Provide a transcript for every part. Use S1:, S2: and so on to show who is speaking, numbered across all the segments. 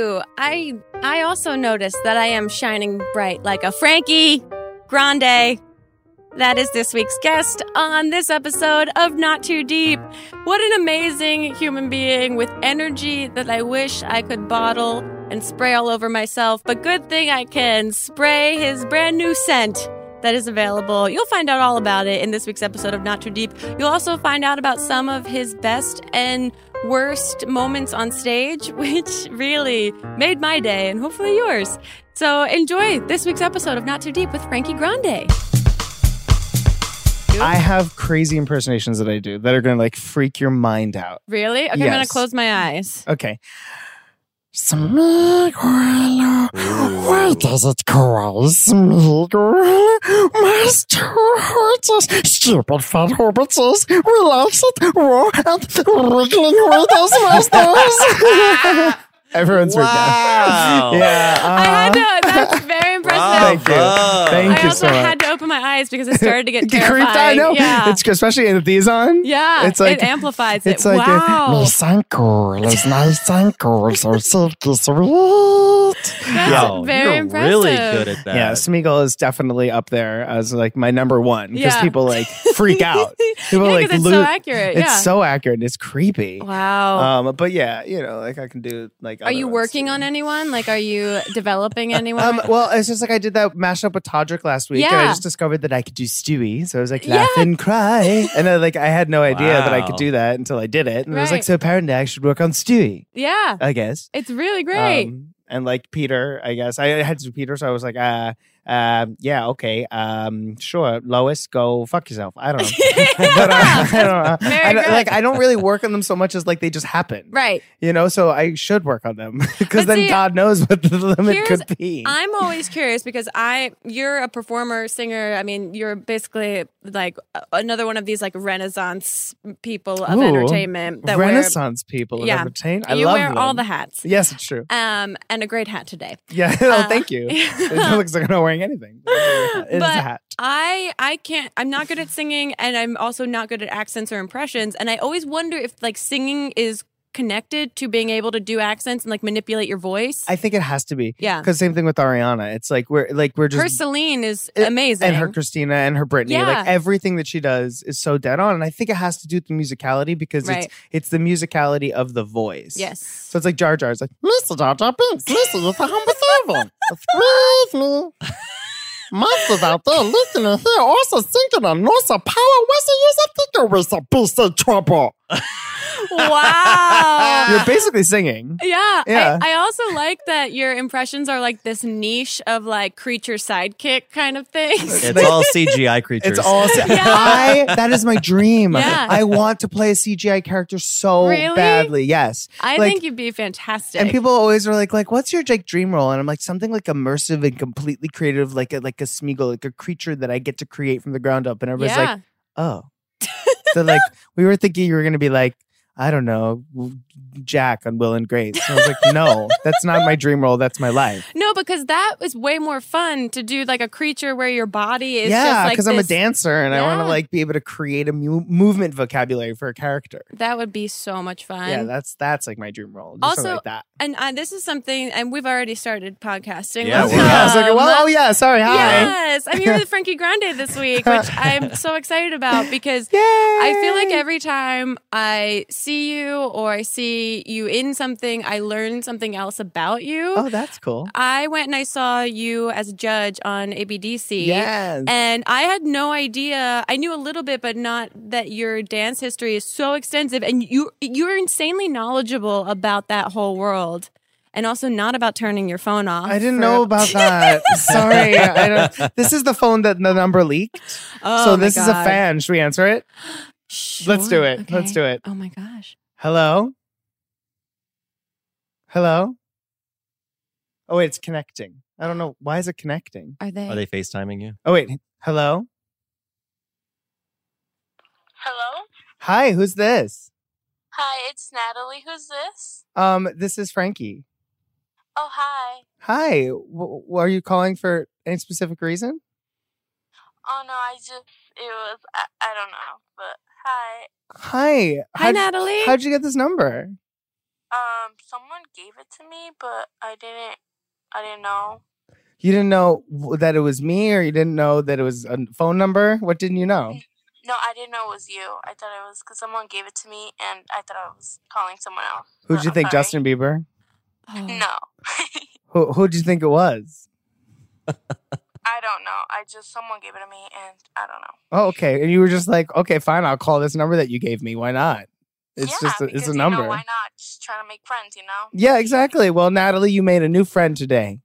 S1: I I also noticed that I am shining bright like a Frankie Grande. That is this week's guest on this episode of Not Too Deep. What an amazing human being with energy that I wish I could bottle and spray all over myself. But good thing I can spray his brand new scent that is available. You'll find out all about it in this week's episode of Not Too Deep. You'll also find out about some of his best and worst moments on stage, which really made my day and hopefully yours. So enjoy this week's episode of Not Too Deep with Frankie Grande.
S2: I have crazy impersonations that I do that are going to like freak your mind out.
S1: Really? Okay, I'm going
S2: Yes.
S1: to close my eyes.
S2: Okay. Smee gorilla, why does it growl? Smee gorilla, must two horses, stupid fat hobbitses, relax it, roar, and wriggling with those masters. Everyone's freaked
S3: Wow.
S2: out. Yeah.
S1: I had
S2: uh-huh.
S1: to, that's very
S3: Bravo.
S1: impressive.
S2: Thank you. Thank
S1: I
S2: you
S1: also
S2: so much.
S1: had to open my eyes because I started to get
S2: Get creeped
S1: terrified.
S2: out, I know.
S1: Yeah.
S2: It's especially in these on.
S1: yeah.
S2: it's like-
S1: it amplifies
S2: It's
S1: it.
S2: like a
S1: wow.
S2: nice and cool. It's nice and cool. So silky sweet.
S1: That's
S3: Yo,
S1: very
S3: you're
S1: impressive.
S3: really good at that.
S2: Yeah, Smeagol is definitely up there as like my number one because
S1: Yeah.
S2: people like freak out. People
S1: Yeah,
S2: like
S1: 'cause it's so
S2: lose-
S1: accurate.
S2: It's
S1: yeah.
S2: so accurate. It's creepy.
S1: wow.
S2: Um, but yeah, you know, like I can do like.
S1: Are you working on anyone? Like, are you developing anyone?
S2: Um, well, it's just like I did that mashup with Todrick last week, and I
S1: Yeah.
S2: just discovered that I could do Stewie. So I was like,
S1: Yeah.
S2: laugh and cry, and I, like I had no idea that I could
S3: Wow.
S2: do that until I did it, and I was like,
S1: Right.
S2: so apparently I should work on Stewie,
S1: yeah,
S2: I guess.
S1: it's really great.
S2: Um, and like Peter, I guess I had to do Peter, so I was like, uh, um, yeah, okay, um, sure, Lois, go fuck yourself. I don't know, but uh, I don't know.
S1: Very
S2: I don't-
S1: good.
S2: like I don't really work on them so much as like they just happen,
S1: right.
S2: you know. So I should work on them because
S1: But
S2: then
S1: see, uh,
S2: God knows what the limit
S1: here's-
S2: could be.
S1: I'm always curious because I, you're a performer, singer. I mean, you're basically like a- another one of these like Renaissance people of
S2: Ooh.
S1: entertainment that
S2: Renaissance people and
S1: Yeah.
S2: entertain. I
S1: wear. You
S2: love
S1: wear all
S2: them.
S1: the hats.
S2: Yes, it's true.
S1: Um, and a great hat today.
S2: Yeah, oh,
S1: Uh,
S2: thank you. It looks like I'm not wearing anything. It's
S1: But-
S2: a hat.
S1: I I can't I'm not good at singing and I'm also not good at accents or impressions and I always wonder if like singing is connected to being able to do accents and like manipulate your voice.
S2: I think it has to be.
S1: yeah.
S2: Because same thing with Ariana. It's like we're like we're just
S1: Her Celine is
S2: It-
S1: amazing.
S2: and her Christina and her Britney,
S1: Yeah.
S2: like everything that she does is so dead on. And I think it has to do with the musicality because
S1: right.
S2: it's it's the musicality of the voice.
S1: Yes.
S2: So it's like Jar Jar's like Mr. Jar Jar Binks, listen with the humble servant. Excuse me. Monsters out there listening here also thinking on North of Power Western use a thinker with a beast of trouble.
S1: wow.
S2: You're basically singing.
S1: yeah.
S2: Yeah.
S1: I, I also like that your impressions are like this niche of like creature sidekick kind of things.
S3: It's all CGI creatures.
S2: It's all I that is my dream.
S1: Yeah.
S2: I want to play a CGI character so
S1: Really?
S2: badly. Yes.
S1: I
S2: Like-
S1: think you'd be fantastic.
S2: And people always are like, like, what's your like dream role? And I'm like, something like immersive and completely creative, like a like a Smeagol, like a creature that I get to create from the ground up. And everybody's
S1: yeah.
S2: like, oh. so like we were thinking you were gonna be like, I don't know, Jack on Will and Grace. And I was like, no, that's not my dream role. That's my life.
S1: no, because that was way more fun to do like a creature where your body is
S2: yeah,
S1: just like
S2: because I'm a
S1: this-
S2: dancer and I want to
S1: Yeah.
S2: like be able to create a mu- movement vocabulary for a character.
S1: That would be so much fun.
S2: yeah, that's that's like my dream role. Just something
S1: Also,
S2: like that.
S1: and uh, this is something, and we've already started podcasting.
S3: Yeah,
S1: Welcome.
S3: we're-
S2: I was like, well, oh yeah, sorry, hi.
S1: yes, I'm here with Frankie Grande this week, which I'm so excited about because
S2: Yay!
S1: I feel like every time I see you or I see you in something, I learn something else about you.
S2: Oh, that's cool.
S1: I went and I saw you as a judge on ABDC.
S2: Yes.
S1: And I had no idea. I knew a little bit, but not that your dance history is so extensive, and you you're insanely knowledgeable about that whole world, and also not about turning your phone off.
S2: I didn't
S1: for-
S2: know about that. Sorry. I don't, this is the phone that the number leaked.
S1: Oh my
S2: so this is a
S1: God.
S2: fan. Should we answer it? Let's do
S1: Sure.
S2: it. Let's
S1: Okay.
S2: do it.
S1: Oh my gosh.
S2: Hello? Hello? Oh, wait, it's connecting. I don't know. Why is it connecting?
S1: Are they?
S3: Are they FaceTiming you?
S2: Oh, wait. Hello?
S4: Hello?
S2: Hi, who's this?
S4: Hi, it's Natalie. Who's this?
S2: Um, this is Frankie.
S4: Oh, hi.
S2: Hi. W- are you calling for any specific reason?
S4: Oh, no, I just, it was, I, I don't know, but hi.
S2: Hi.
S1: Hi,
S2: How'd-
S1: Natalie.
S2: How'd you get this number?
S4: Um, someone gave it to me, but I didn't. I didn't know.
S2: You didn't know w- that it was me, or you didn't know that it was a phone number. What didn't you know?
S4: No, I didn't know it was you. I thought it was because someone gave it to me, and I thought I was calling someone else.
S2: Who'd you
S4: Uh,
S2: think,
S4: sorry.
S2: Justin Bieber?
S1: Oh.
S4: No,
S2: Who Who'd you think it was?
S4: I don't know. I just someone gave it to me, and I don't know.
S2: Oh, okay. And you were just like, okay, fine, I'll call this number that you gave me. Why not? It's
S4: yeah,
S2: just a, it's
S4: because,
S2: a
S4: you know,
S2: number.
S4: why not? Just trying to make friends, you know.
S2: yeah, exactly. Well, Natalie, you made a new friend today.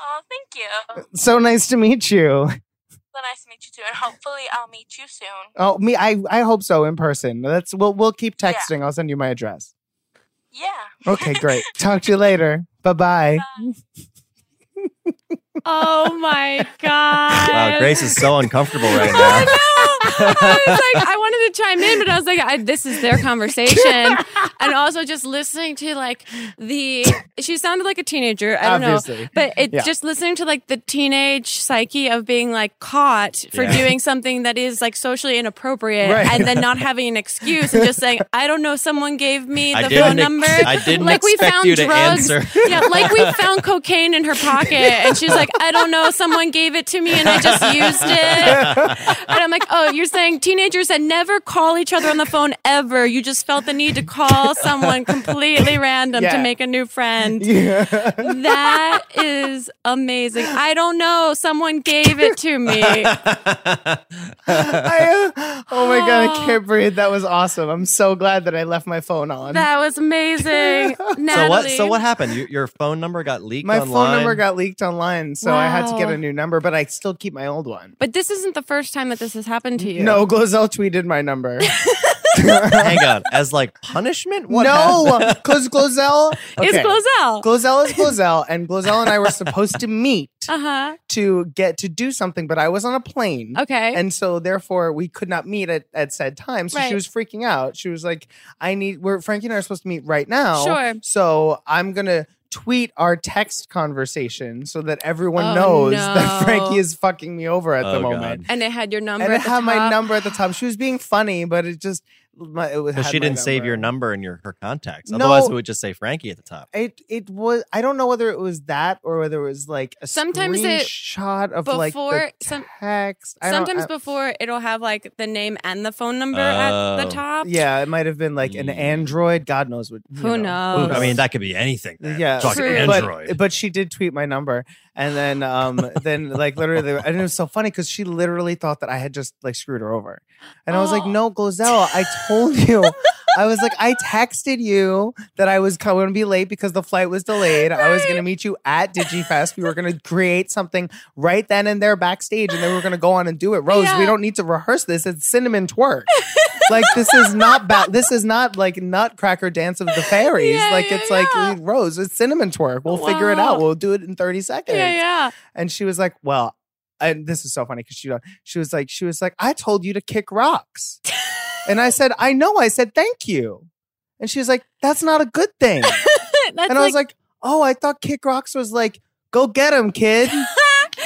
S4: Oh, thank you.
S2: So nice to meet you.
S4: So nice to meet you too, and hopefully I'll meet you soon.
S2: Oh, me, I I hope so in person. That's we'll we'll keep
S4: Yeah.
S2: texting. I'll send you my address.
S4: Yeah.
S2: Okay, great. Talk to you later. Bye bye.
S1: Oh my god!
S3: Wow, Grace is so uncomfortable right
S1: I
S3: now.
S1: know. I was like, I wanted to chime in, but I was like, I, this is their conversation, and also just listening to like the. She sounded like a teenager. I don't know.
S2: Obviously.
S1: But it
S2: Yeah.
S1: just listening to like the teenage psyche of being like caught for
S3: Yeah.
S1: doing something that is like socially inappropriate
S2: Right.
S1: and then not having an excuse and just saying, I don't know, someone gave me the
S3: I
S1: phone
S3: didn't.
S1: number.
S3: I didn't
S1: like we
S3: expect
S1: found
S3: you to
S1: drugs.
S3: answer.
S1: yeah, like we found cocaine in her pocket and she's like, I don't know, someone gave it to me and I just used it. And I'm like, oh, you're saying teenagers that never call each other on the phone ever. You just felt the need to call someone completely random
S2: Yeah.
S1: to make a new friend.
S2: Yeah.
S1: That is amazing. I don't know. Someone gave it to me.
S2: I, uh, oh my god, I can't breathe. That was awesome. I'm so glad that I left my phone on.
S1: That was amazing. Natalie.
S3: so what? So what happened? Your, your phone number got leaked.
S2: my phone
S3: online?
S2: number got leaked online, so I had to get
S1: Wow.
S2: a new number, but I still keep my old one.
S1: But this isn't the first time that this has happened to you.
S2: No, Glozell tweeted my number.
S3: Hang on, as like punishment? What?
S2: no,
S3: happened?
S2: because Glozell.
S1: It's
S2: Okay.
S1: Glozell.
S2: Glozell is Glozell, and Glozell and I were supposed to meet
S1: uh huh.
S2: to get to do something, but I was on a plane.
S1: Okay.
S2: And so therefore we could not meet at, at said time. So
S1: Right.
S2: she was freaking out. She was like, I need we're Frankie and I are supposed to meet right now.
S1: Sure.
S2: So I'm gonna tweet our text conversation so that everyone
S1: Oh,
S2: knows that
S1: no.
S2: Frankie is fucking me over at the
S3: Oh,
S2: moment.
S3: God.
S1: and it had your number.
S2: And
S1: at
S2: it
S1: the
S2: had my
S1: top.
S2: number at the top. She was being funny, but it just my, it was.
S3: Because
S2: had
S3: she
S2: my
S3: didn't save your number in your her contacts.
S2: No.
S3: Otherwise, it would just say Frankie at the top.
S2: It it was I don't know whether it was that or whether it was like a
S1: Sometimes it-
S2: screenshot of like the
S1: before- some-
S2: text. I don't-
S1: Sometimes
S2: I-
S1: before it'll have like the name and the phone number at the
S3: Oh.
S1: top.
S2: Yeah, it might have been like an
S3: Mm.
S2: Android. God knows what. you
S1: Who
S2: know.
S1: knows?
S3: I mean, that could be anything. then.
S2: Yeah,
S3: Talking
S1: True.
S3: Android.
S2: But, but she did tweet my number, and then um, then like literally, and it was so funny because she literally thought that I had just like screwed her over, and I was like,
S1: Oh.
S2: "No, Glozell, I told you." I was like, I texted you that I was going to be late because the flight was delayed. I was going to
S1: Right.
S2: meet you at DigiFest. We were going to create something right then and there backstage, and then we were going to go on and do it. Rose, we
S1: Yeah.
S2: don't need to rehearse this. It's cinnamon twerk. like this is not bad. This is not like Nutcracker Dance of the Fairies.
S1: Yeah,
S2: like
S1: yeah,
S2: it's like
S1: yeah.
S2: Rose, it's cinnamon twerk. We'll figure it out.
S1: Wow.
S2: We'll do it in thirty seconds.
S1: yeah, yeah.
S2: And she was like, "Well," and this is so funny because she she was like, she was like, "I told you to kick rocks," and I said, "I know." I said, "Thank you," and she was like, "That's not a good thing."
S1: That's
S2: and I was like, "Oh, I thought kick rocks was like go get him, kid."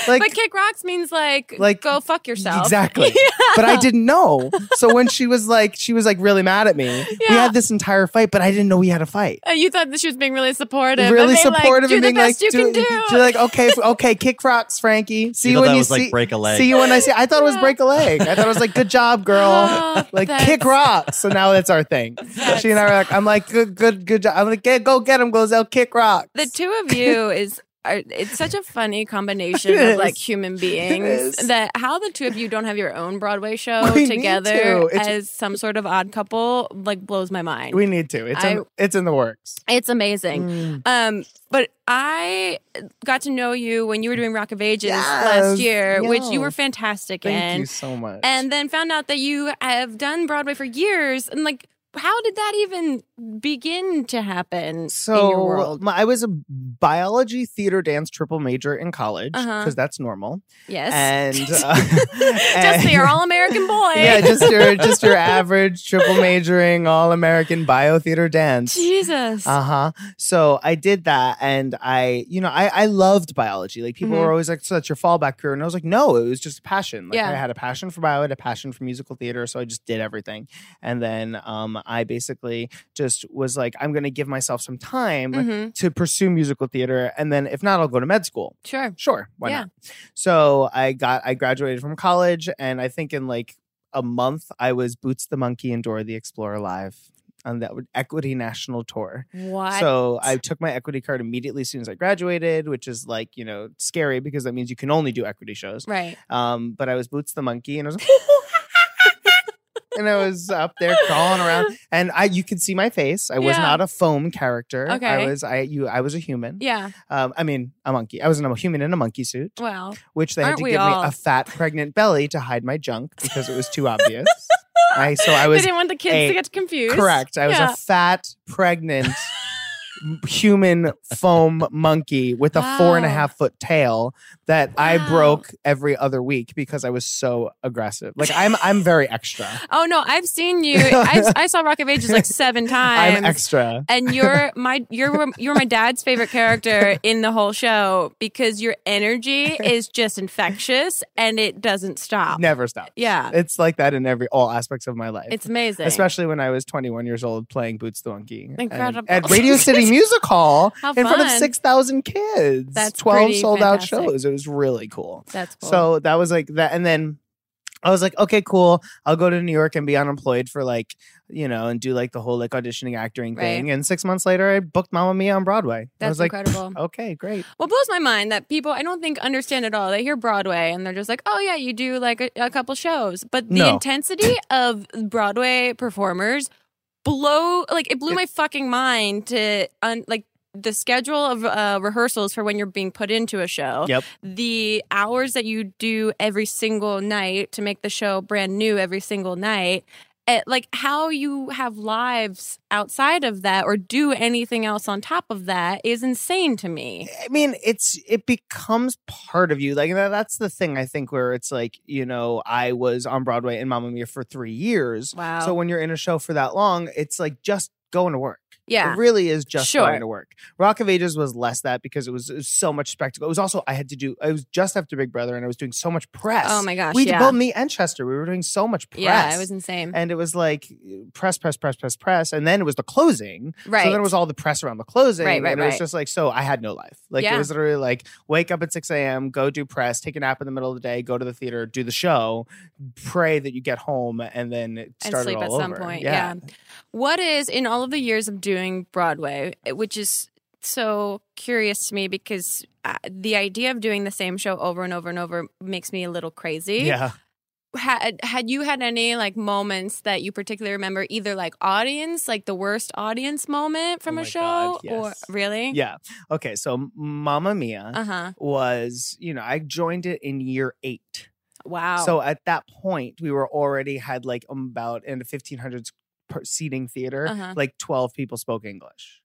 S2: like-
S1: but kick rocks means like,
S2: Like-
S1: like go fuck yourself.
S2: Exactly. But I didn't know. So when she was like, she was like really mad at me. We
S1: Yeah.
S2: had this entire fight, but I didn't know we had a fight.
S1: And you thought that she was being really supportive. and
S2: Really
S1: being like,
S2: supportive
S1: do
S2: and
S1: the
S2: being
S1: best
S2: like,
S1: you can
S2: do-
S1: do.
S2: She's like, okay, f- okay, kick rocks, Frankie. See
S3: you
S2: you
S3: know,
S2: when
S3: that
S2: you
S3: was
S2: see.
S3: like break a leg.
S2: see you when I see. I thought it was
S1: Yeah.
S2: break a leg. I thought it was like, good job, girl.
S1: Oh,
S2: Like
S1: that's-
S2: kick rocks. So now that's our thing.
S1: That's-
S2: She and I were like, I'm like, good, good, good job. I'm like, get, go get him, Glozell, kick rocks.
S1: The two of you is are, it's such a funny combination
S2: It
S1: of like
S2: is.
S1: human beings
S2: is.
S1: that how the two of you don't have your own Broadway show
S2: We need to.
S1: together
S2: It's-
S1: as some sort of odd couple like blows my mind.
S2: we Mm. need to. It's in,
S1: I-
S2: it's in the works.
S1: it's amazing. Um, but I got to know you when you were doing Rock of Ages
S2: Yes.
S1: last year, which
S2: Yo.
S1: you were fantastic
S2: Thank
S1: in.
S2: you so much.
S1: and then found out that you have done Broadway for years. And like, how did that even begin to happen
S2: so
S1: in your world?
S2: my- I was a biology theater dance triple major in college because
S1: Uh-huh.
S2: that's normal.
S1: Yes.
S2: And uh,
S1: just
S2: and-
S1: your all American boy.
S2: Yeah, just your just your average triple majoring all American bio theater dance.
S1: Jesus.
S2: Uh huh. So I did that, and I, you know, I I loved biology. Like people
S1: Mhm.
S2: were always like, "So that's your fallback career," and I was like, "No, it was just a passion. Like
S1: Yeah.
S2: I had a passion for bio, I had a passion for musical theater, so I just did everything." And then um, um, I basically just was like, I'm going to give myself some time
S1: hmm
S2: to pursue musical theater, and then if not, I'll go to med school.
S1: Sure.
S2: Sure, why
S1: Yeah.
S2: not? So I got I graduated from college, and I think in like a month, I was Boots the Monkey and Dora the Explorer live on that Equity National Tour.
S1: What?
S2: So I took my equity card immediately as soon as I graduated, which is like, you know, scary because that means you can only do equity shows.
S1: right.
S2: Um, but I was Boots the Monkey and I was like, and I was up there crawling around and I you could see my face. I was
S1: Yeah.
S2: not a foam character. I
S1: Okay.
S2: was I you I was a human.
S1: Yeah.
S2: Um, I mean a monkey. I was a human in a monkey suit,
S1: Well.
S2: which they
S1: Aren't
S2: had to
S1: we
S2: give
S1: all?
S2: me a fat pregnant belly to hide my junk because it was too obvious. I so I
S1: They
S2: was
S1: didn't want the kids
S2: a-
S1: to get confused.
S2: Correct. I was
S1: Yeah.
S2: a fat, pregnant human foam monkey with a four and a
S1: Wow.
S2: half foot tail that
S1: Wow.
S2: I broke every other week because I was so aggressive. Like I'm I'm very extra.
S1: Oh no, I've seen you. I've, I saw Rock of Ages like seven times.
S2: I'm extra.
S1: and you're my you're you're my dad's favorite character in the whole show because your energy is just infectious and it doesn't stop.
S2: Never stop.
S1: Yeah.
S2: It's like that in every all aspects of my life.
S1: It's amazing.
S2: Especially when I was 21 years old playing Boots the Monkey and-
S1: Incredible.
S2: at Radio City Music Hall
S1: How
S2: in front of
S1: fun.
S2: 6,000 kids.
S1: That's
S2: 12
S1: pretty
S2: sold out
S1: fantastic.
S2: shows. It was really cool.
S1: That's cool.
S2: So that was like that. And then I was like, okay, cool. I'll go to New York and be unemployed for like, you know, and do like the whole like auditioning, acting
S1: Right.
S2: thing. And six months later, I booked Mamma Mia on Broadway. I
S1: that's
S2: was like,
S1: incredible.
S2: okay, great.
S1: Well, blows my mind that people I don't think understand at all. They hear Broadway and they're just like, "Oh yeah, you do like a, a couple shows," but the
S2: No.
S1: intensity of Broadway performers blow like it blew my fucking mind to un, like the schedule of uh, rehearsals for when you're being put into a show.
S2: Yep.
S1: The hours that you do every single night to make the show brand new every single night. eh, like how you have lives outside of that or do anything else on top of that is insane to me.
S2: I mean, it's it becomes part of you. Like that, that's the thing I think where it's like, you know, I was on Broadway in Mamma Mia for three years.
S1: Wow.
S2: So when you're in a show for that long, it's like just going to work.
S1: yeah.
S2: It really is just
S1: Sure.
S2: going to work. Rock of Ages was less that because it was, it was so much spectacle. It was also I had to do. I was just after Big Brother, and I was doing so much press.
S1: Oh my gosh.
S2: We
S1: yeah.
S2: did both me and Chester. We were doing so much press.
S1: yeah, it was insane.
S2: and it was like press, press, press, press, press, and then it was the closing.
S1: right.
S2: So then it was all the press around the closing.
S1: Right, right,
S2: and it was
S1: right.
S2: just like so. I had no life. Like
S1: Yeah.
S2: it was literally like wake up at six a.m., go do press, take a nap in the middle of the day, go to the theater, do the show, pray that you get home, and then
S1: and
S2: start it
S1: sleep at
S2: all
S1: some
S2: over.
S1: point. Yeah. What is in all of the years of doing Broadway, which is so curious to me because uh, the idea of doing the same show over and over and over makes me a little crazy.
S2: yeah.
S1: Had had you had any like moments that you particularly remember, either like audience, like the worst audience moment from
S2: Oh
S1: a
S2: my
S1: show,
S2: God, yes.
S1: or really?
S2: Yeah. Okay. So Mamma Mia
S1: Uh huh.
S2: was, you know, I joined it in year eight.
S1: Wow.
S2: So at that point, we were already had like um, about in a 1500 s- per- seating theater,
S1: Uh-huh.
S2: like 12 people spoke English.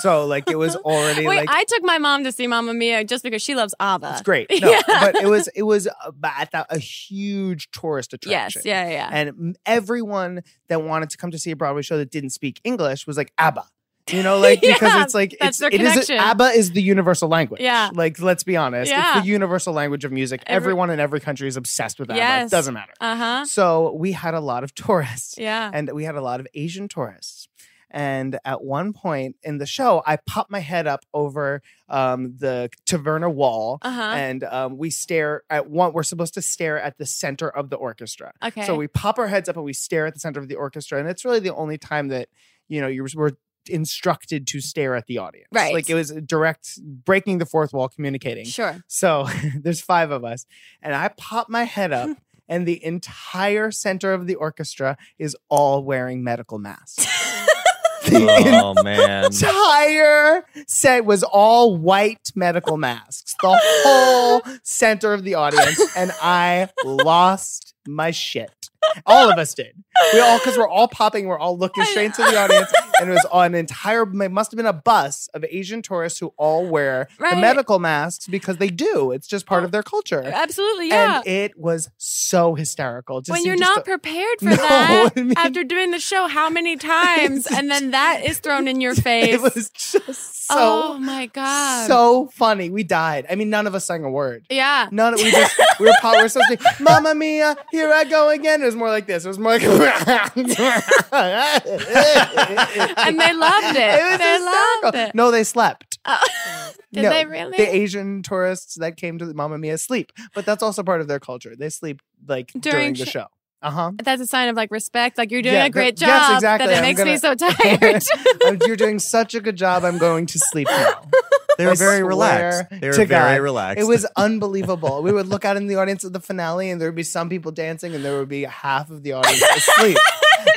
S2: So like it was already
S1: Wait,
S2: like.
S1: I took my mom to see Mamma Mia just because she loves ABBA.
S2: it's great, no,
S1: Yeah.
S2: but it was it was a- ba- at that, a huge tourist
S1: Yes.
S2: attraction.
S1: Yeah. Yeah.
S2: and m- everyone that wanted to come to see a Broadway show that didn't speak English was like ABBA. You know, like because
S1: Yeah,
S2: it's like
S1: that's
S2: it's,
S1: their
S2: it is
S1: connection.
S2: ABBA is the universal language.
S1: Yeah.
S2: like let's be honest,
S1: Yeah.
S2: it's the universal language of music.
S1: Every-
S2: Everyone in every country is obsessed with ABBA.
S1: Yes.
S2: It doesn't matter.
S1: Uh huh.
S2: So we had a lot of tourists,
S1: Yeah.
S2: and we had a lot of Asian tourists. And at one point in the show, I popped my head up over um, the Taverna wall,
S1: Uh huh.
S2: and um, we stare at one. We're supposed to stare at the center of the orchestra.
S1: Okay.
S2: So we pop our heads up and we stare at the center of the orchestra, and it's really the only time that you know you were instructed to stare at the audience.
S1: Right.
S2: like it was a direct breaking the fourth wall, communicating.
S1: Sure.
S2: So there's five of us, and I pop my head up, and the entire center of the orchestra is all wearing medical masks. The
S3: Oh man.
S2: entire set was all white medical masks. The whole center of the audience, and I lost my shit. All of us did. We all because we're all popping, we're all looking straight into the audience, and it was an entire. It must have been a bus of Asian tourists who all wear
S1: Right.
S2: the medical masks because they do. It's just part of their culture.
S1: Absolutely. Yeah.
S2: And it was so hysterical. to
S1: when
S2: see
S1: you're
S2: just
S1: not
S2: the-
S1: prepared for
S2: No,
S1: that
S2: I mean-
S1: after doing the show how many times and then that is thrown in your face
S2: it was just so
S1: oh my god
S2: so funny. We died. I mean, none of us sang a word.
S1: yeah
S2: None. We just we were, pop, we were supposed to be Mamma Mia, here I go again. It was more like this. It was more like. and
S1: and they loved it.
S2: It was
S1: they loved
S2: hysterical.
S1: it.
S2: No, they slept.
S1: Oh, did
S2: No,
S1: they really?
S2: The Asian tourists that came to the Mamma Mia sleep, but that's also part of their culture. They sleep like during,
S1: During
S2: the
S1: sh-
S2: show. Uh huh.
S1: That's a sign of like respect. Like you're doing
S2: Yeah,
S1: a great job.
S2: th- yes, exactly.
S1: That it
S2: I'm
S1: makes me
S2: gonna-
S1: so tired.
S2: You're doing such a good job. I'm going to sleep now.
S3: They were
S2: I
S3: very relaxed.
S2: swear
S3: They were
S2: to
S3: very
S2: God,
S3: relaxed.
S2: It was unbelievable. we would look out in the audience at the finale, and there would be some people dancing, and there would be half of the audience asleep.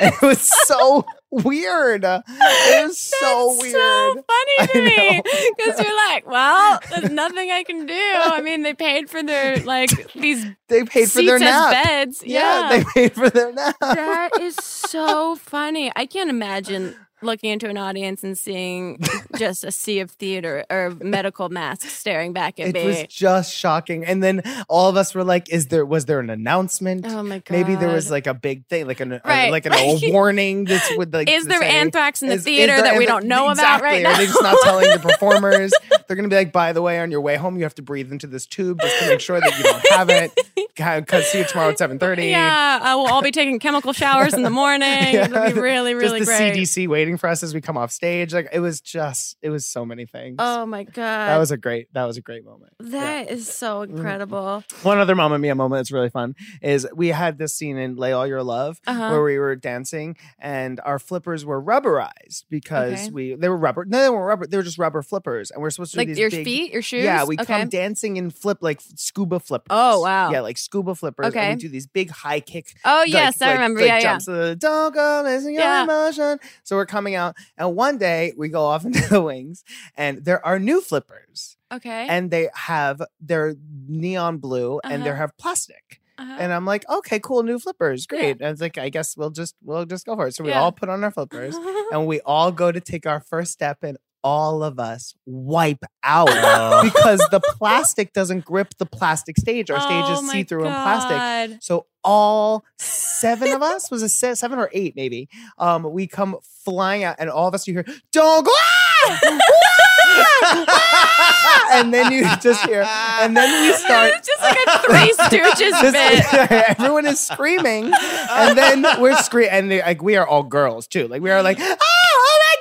S2: And it was so weird. It was so
S1: That's
S2: weird.
S1: So funny to
S2: I
S1: me
S2: know.
S1: because you're like, well, there's nothing I can do. I mean, they paid for their like these
S2: they paid for
S1: seats
S2: their
S1: as
S2: nap.
S1: beds.
S2: Yeah, they paid for their nap.
S1: that is so funny. I can't imagine looking into an audience and seeing just a sea of theater or medical masks staring back at
S2: it
S1: me.
S2: was just shocking. And then all of us were like, "Is there? Was there an announcement?
S1: oh my god.
S2: Maybe there was like a big thing, like an a-
S1: Right,
S2: like an,
S1: right.
S2: a warning. This would like
S1: is there
S2: say-
S1: anthrax in the
S2: Is- is
S1: theater
S2: there
S1: that we
S2: anthrax-
S1: don't know about
S2: Exactly.
S1: right
S2: Are
S1: now?
S2: they just not telling the performers? They're gonna be like, by the way, on your way home, you have to breathe into this tube just to make sure that you don't have it. Cause see you tomorrow at seven thirty.
S1: yeah, I will all be taking chemical showers in the morning. It'll be really, really
S2: just the
S1: great.
S2: CDC waiting for us as we come off stage. Like it was just, it was so many things.
S1: Oh my god.
S2: that was Mm-hmm. a great, that was a great moment.
S1: That is so incredible.
S2: One other Mamma Mia moment that's really fun is we had this scene in Lay All Your Love
S1: Uh-huh.
S2: where we were dancing and our flippers were rubberized because
S1: Okay.
S2: we they were rubber. No, they were rubber. They were just rubber flippers, and we're supposed to do
S1: Like
S2: these
S1: your
S2: big-
S1: feet, your shoes.
S2: Yeah, we
S1: okay.
S2: come dancing in flip like scuba flippers.
S1: Oh, wow.
S2: Yeah, like scuba flippers.
S1: Okay.
S2: and we do these big high kick
S1: Oh
S2: like-
S1: yes, I
S2: like-
S1: remember.
S2: like
S1: yeah, yeah.
S2: jumps. Uh, Don't go listen to your
S1: Yeah.
S2: emotion. So we're coming out, and one day we go off into the wings, and there are new flippers,
S1: Okay.
S2: and they have they're neon blue, and they
S1: Uh-huh.
S2: have plastic.
S1: Uh-huh.
S2: And I'm like, okay, cool, new flippers,
S1: Yeah.
S2: great. And it's like, I guess we'll just we'll just go for it. So we
S1: Yeah. Uh-huh.
S2: all put on our flippers, and we all go to take our first step, and all of us wipe out.
S3: Oh.
S2: because the plastic doesn't grip the plastic stage. Our stage
S1: Oh
S2: is
S1: my
S2: see through and plastic.
S1: God.
S2: So all seven of us was a se- seven or eight maybe. Um, we come flying out, and all of us you hear don't go. "Ah! Ah! Ah!" and then you just hear, and then we start.
S1: It's just like a Three Stooges bit.
S2: Just- everyone is screaming, and then we're screaming, and they- like we are all girls too. Like we are like, oh, oh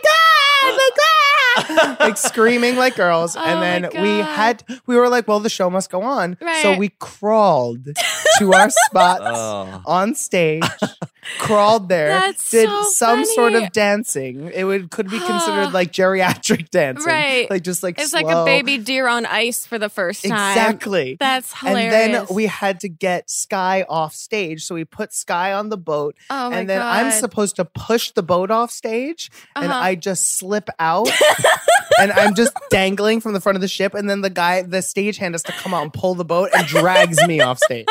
S2: my god, like ah! like screaming like girls.
S1: Oh
S2: and
S1: my
S2: then we
S1: God.
S2: had, we were like, well, the show must go on, so
S1: Right.
S2: we crawled to our spots
S3: Oh.
S2: on stage, crawled there,
S1: That's
S2: did
S1: so
S2: some sort
S1: funny.
S2: of dancing. It would could be considered
S1: Ah.
S2: like geriatric dancing,
S1: Right.
S2: Like just like
S1: It's
S2: slow.
S1: like a baby deer on ice for the first time.
S2: exactly.
S1: That's
S2: And
S1: hilarious.
S2: then we had to get Sky off stage, so we put Sky on the boat,
S1: Oh my
S2: and then I'm
S1: God.
S2: supposed to push the boat off stage, and
S1: Uh-huh.
S2: I just slip out. And I'm just dangling from the front of the ship, and then the guy, the stagehand, has to come out and pull the boat and drags me off stage.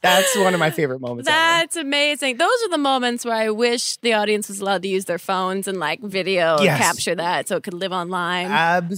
S2: That's one of my favorite moments. ever.
S1: That's amazing. Those are the moments where I wish the audience was allowed to use their phones and like video and
S2: Yes.
S1: capture that so it could live online.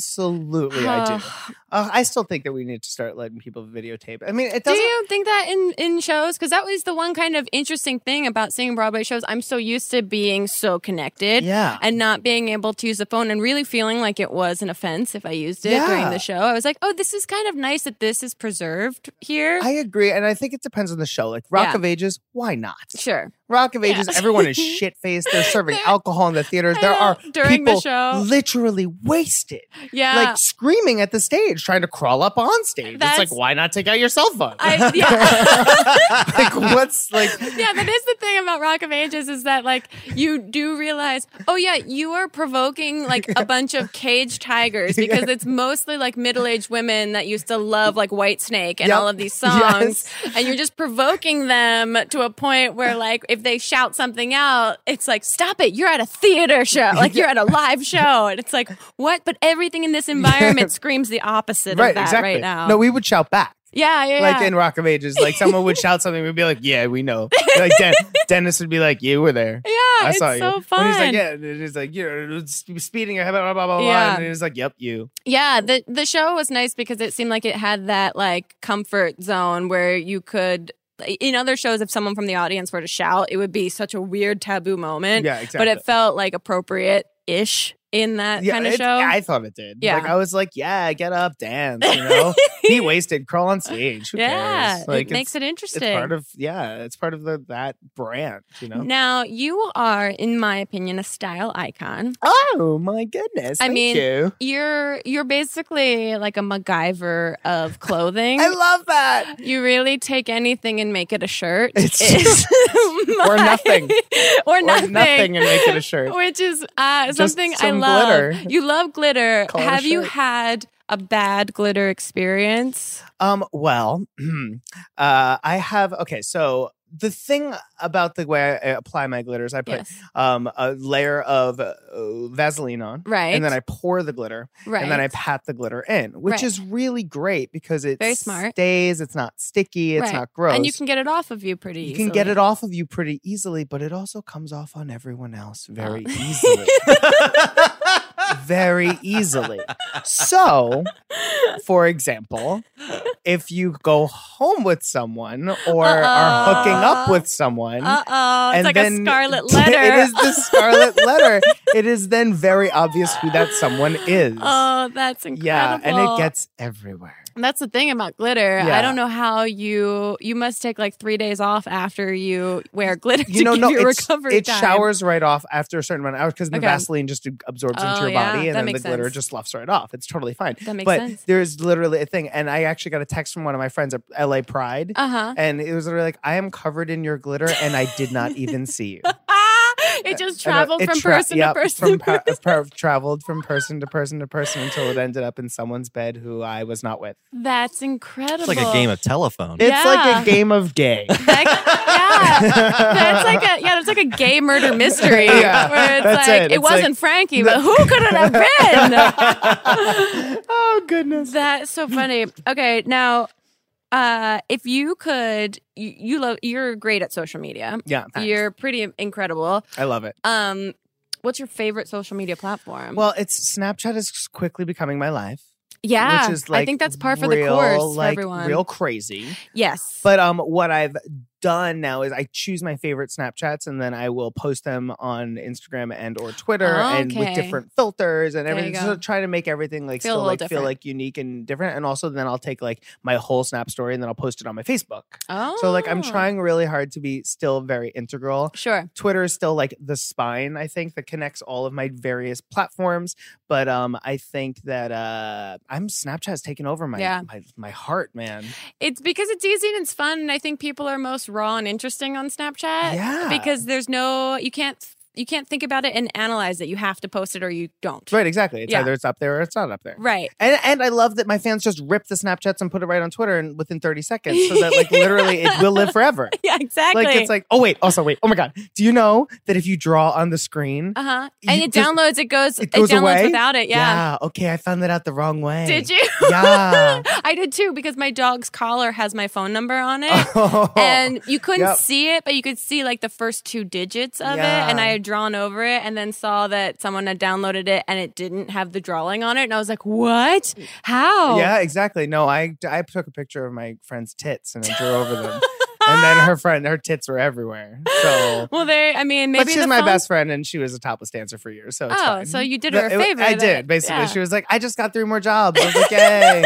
S2: Absolutely, I do. Uh, I still think that we need to start letting people videotape. I mean, it
S1: Do
S2: doesn't.
S1: you think that in in shows? Because that was the one kind of interesting thing about seeing Broadway shows. I'm so used to being so connected,
S2: Yeah.
S1: and not being able to use the phone and really feeling like it was an offense if I used it during
S2: Yeah.
S1: the show. I was like, oh, this is kind of nice that this is preserved here.
S2: I agree, and I think it depends on the show. Like Rock
S1: Yeah.
S2: of Ages, why not?
S1: sure,
S2: Rock of
S1: Yeah.
S2: Ages, everyone is shit faced. They're serving
S1: They're-
S2: alcohol in the theaters. There
S1: I
S2: are
S1: know, during the
S2: people
S1: show.
S2: literally wasted,
S1: yeah.
S2: like screaming at the stage, trying to crawl up on stage.
S1: That's-
S2: It's like, why not take out your cell phone?
S1: I, yeah.
S2: like, what's like?
S1: yeah, that is the thing about Rock of Ages is that like you do realize, oh yeah, you are provoking like a bunch of caged tigers because it's mostly like middle-aged women that used to love like White Snake and
S2: Yep.
S1: all of these songs,
S2: Yes.
S1: and you're just provoking them to a point where like if they shout something out, it's like stop it, you're at a theater show, like you're at a live show, and it's like what? But everything in this environment screams the opposite
S2: Right,
S1: of that
S2: exactly.
S1: right now.
S2: No, we would shout back.
S1: yeah, yeah,
S2: Like
S1: yeah.
S2: in Rock of Ages, like someone would shout something, we'd be like, "Yeah, we know." Like Den- Dennis would be like, "You were there."
S1: yeah,
S2: I
S1: it's
S2: saw you.
S1: so fun.
S2: When he's like, yeah, and he's like, you're speeding, blah, blah, blah, blah, blah.
S1: Yeah.
S2: And he's like, yep, you.
S1: Yeah, the the show was nice because it seemed like it had that like comfort zone where you could in other shows if someone from the audience were to shout, it would be such a weird taboo moment.
S2: Yeah, exactly.
S1: But it felt like appropriate ish in that kind of
S2: it-
S1: uh, show.
S2: I thought it did.
S1: Yeah.
S2: Like I was like, yeah, get up, dance, you know, be wasted, crawl on stage. Who
S1: yeah,
S2: cares? Like
S1: it makes it interesting.
S2: It's part of yeah, it's part of the, that brand, you know.
S1: Now you are, in my opinion, a style icon.
S2: Oh my goodness!
S1: I
S2: thank
S1: mean,
S2: you.
S1: You're you're basically like a MacGyver of clothing.
S2: I love that.
S1: you really take anything and make it a shirt.
S2: It's-
S1: Is
S2: Or
S1: my-
S2: nothing.
S1: or
S2: Or
S1: nothing.
S2: nothing and make it a shirt.
S1: Which is uh,
S2: Just
S1: something I
S2: some
S1: love.
S2: glitter.
S1: You love glitter.
S2: Call it a
S1: Have you
S2: shirt.
S1: had a bad glitter experience?
S2: Um, well, uh, I have okay. So the thing about the way I apply my glitters, I put
S1: Yes.
S2: um a layer of uh, Vaseline on,
S1: Right.
S2: and then I pour the glitter,
S1: right.
S2: and then I pat the glitter in, which
S1: Right.
S2: is really great because it
S1: Very smart.
S2: stays. It's not sticky. It's
S1: Right.
S2: not gross.
S1: And you can get it off of you pretty
S2: You can get
S1: easily.
S2: it off of you pretty easily, but it also comes off on everyone else very
S1: Oh.
S2: easily. very easily. So, for example, if you go home with someone or
S1: Uh-uh.
S2: are hooking up
S1: Uh-oh.
S2: with someone,
S1: Uh-oh. It's
S2: and
S1: like
S2: then-
S1: a scarlet Uh, letter.
S2: it is the scarlet letter. It is then very obvious who that someone is.
S1: Oh, that's
S2: yeah,
S1: incredible.
S2: and it gets everywhere.
S1: That's the thing about glitter. I
S2: Yeah.
S1: don't know how you you must take like three days off after you wear glitter
S2: you
S1: to
S2: know,
S1: give
S2: no,
S1: you
S2: it's-
S1: recovery
S2: it
S1: time.
S2: showers right off after a certain amount of hours because the
S1: Okay.
S2: Vaseline just absorbs into
S1: Oh,
S2: your
S1: yeah,
S2: body
S1: that
S2: and then the
S1: makes
S2: glitter
S1: sense.
S2: just luffs right off. It's totally fine.
S1: That makes
S2: but
S1: sense.
S2: there's literally a thing, and I actually got a text from one of my friends at LA Pride,
S1: Uh huh.
S2: and it was literally like, "I am covered in your glitter, and I did not even see you."
S1: Ah, it just
S2: And, uh,
S1: traveled
S2: it
S1: from
S2: tra-
S1: person
S2: yep,
S1: to person.
S2: From per- per- traveled from person to person to person until it ended up in someone's bed who I was not with.
S1: That's incredible.
S3: It's like a game of telephone.
S2: It's like
S1: Yeah.
S2: a game of gay.
S1: That- yeah. That's like a yeah, it's like a gay murder mystery
S2: Yeah,
S1: where it's
S2: that's
S1: like
S2: it.
S1: it,
S2: It's
S1: wasn't
S2: like-
S1: Frankie, but who could it have been? uh,
S2: oh goodness.
S1: That's so funny. Okay, now uh if you could you, you love you're great at social media.
S2: Yeah, thanks.
S1: You're pretty incredible.
S2: I love it.
S1: Um what's your favorite social media platform?
S2: Well, it's Snapchat is quickly becoming my life.
S1: yeah.
S2: which is like
S1: I think that's par for the
S2: real,
S1: course
S2: like,
S1: for everyone.
S2: Real crazy.
S1: yes.
S2: But um, what I've done now is I choose my favorite Snapchats and then I will post them on Instagram and or Twitter and with
S1: Okay.
S2: different filters and
S1: There you
S2: everything.
S1: go.
S2: So trying to make everything like
S1: Feel a
S2: still
S1: little
S2: like
S1: different.
S2: feel like unique and different. And also then I'll take like my whole Snap story and then I'll post it on my Facebook.
S1: oh.
S2: So like I'm trying really hard to be still very integral.
S1: Sure.
S2: Twitter is still like the spine, I think, that connects all of my various platforms. But um, I think that uh, I'm Snapchat's taken over my,
S1: Yeah.
S2: my my heart, man.
S1: It's because it's easy and it's fun, and I think people are most raw and interesting on Snapchat.
S2: Yeah.
S1: Eh, Because there's no you can't you can't think about it and analyze it. You have to post it or you don't.
S2: Right, exactly. It's
S1: Yeah.
S2: either it's up there or it's not up there.
S1: Right.
S2: And and I love that my fans just rip the Snapchats and put it right on Twitter and within 30 seconds, so that like literally it will live forever.
S1: Yeah. Exactly.
S2: Like it's like, oh wait, also wait, oh my god, do you know that if you draw on the screen,
S1: uh huh. And
S2: you
S1: it
S2: just-
S1: downloads. It goes.
S2: it goes
S1: downloads
S2: away?
S1: without it. Yeah.
S2: okay, I found that out the wrong way.
S1: Did you?
S2: Yeah.
S1: I did too because my dog's collar has my phone number on it. and you couldn't
S2: Oh. Yep.
S1: see it, but you could see like the first two digits of
S2: Yeah.
S1: it. And I had drawn over it and then saw that someone had downloaded it and it didn't have the drawing on it. And I was like, what? How?
S2: Yeah, exactly. No, I I took a picture of my friend's tits and I drew over them, and then her friend her tits were everywhere. So,
S1: Well, they, I mean, maybe
S2: but she's
S1: the
S2: my
S1: phone-
S2: best friend, and she was a topless dancer for years. So it's
S1: Oh,
S2: fine.
S1: so you did
S2: No,
S1: her a
S2: it wa-
S1: favor
S2: I
S1: that-
S2: did basically.
S1: yeah.
S2: She was like, "I just got three more jobs." I was like, "Yay,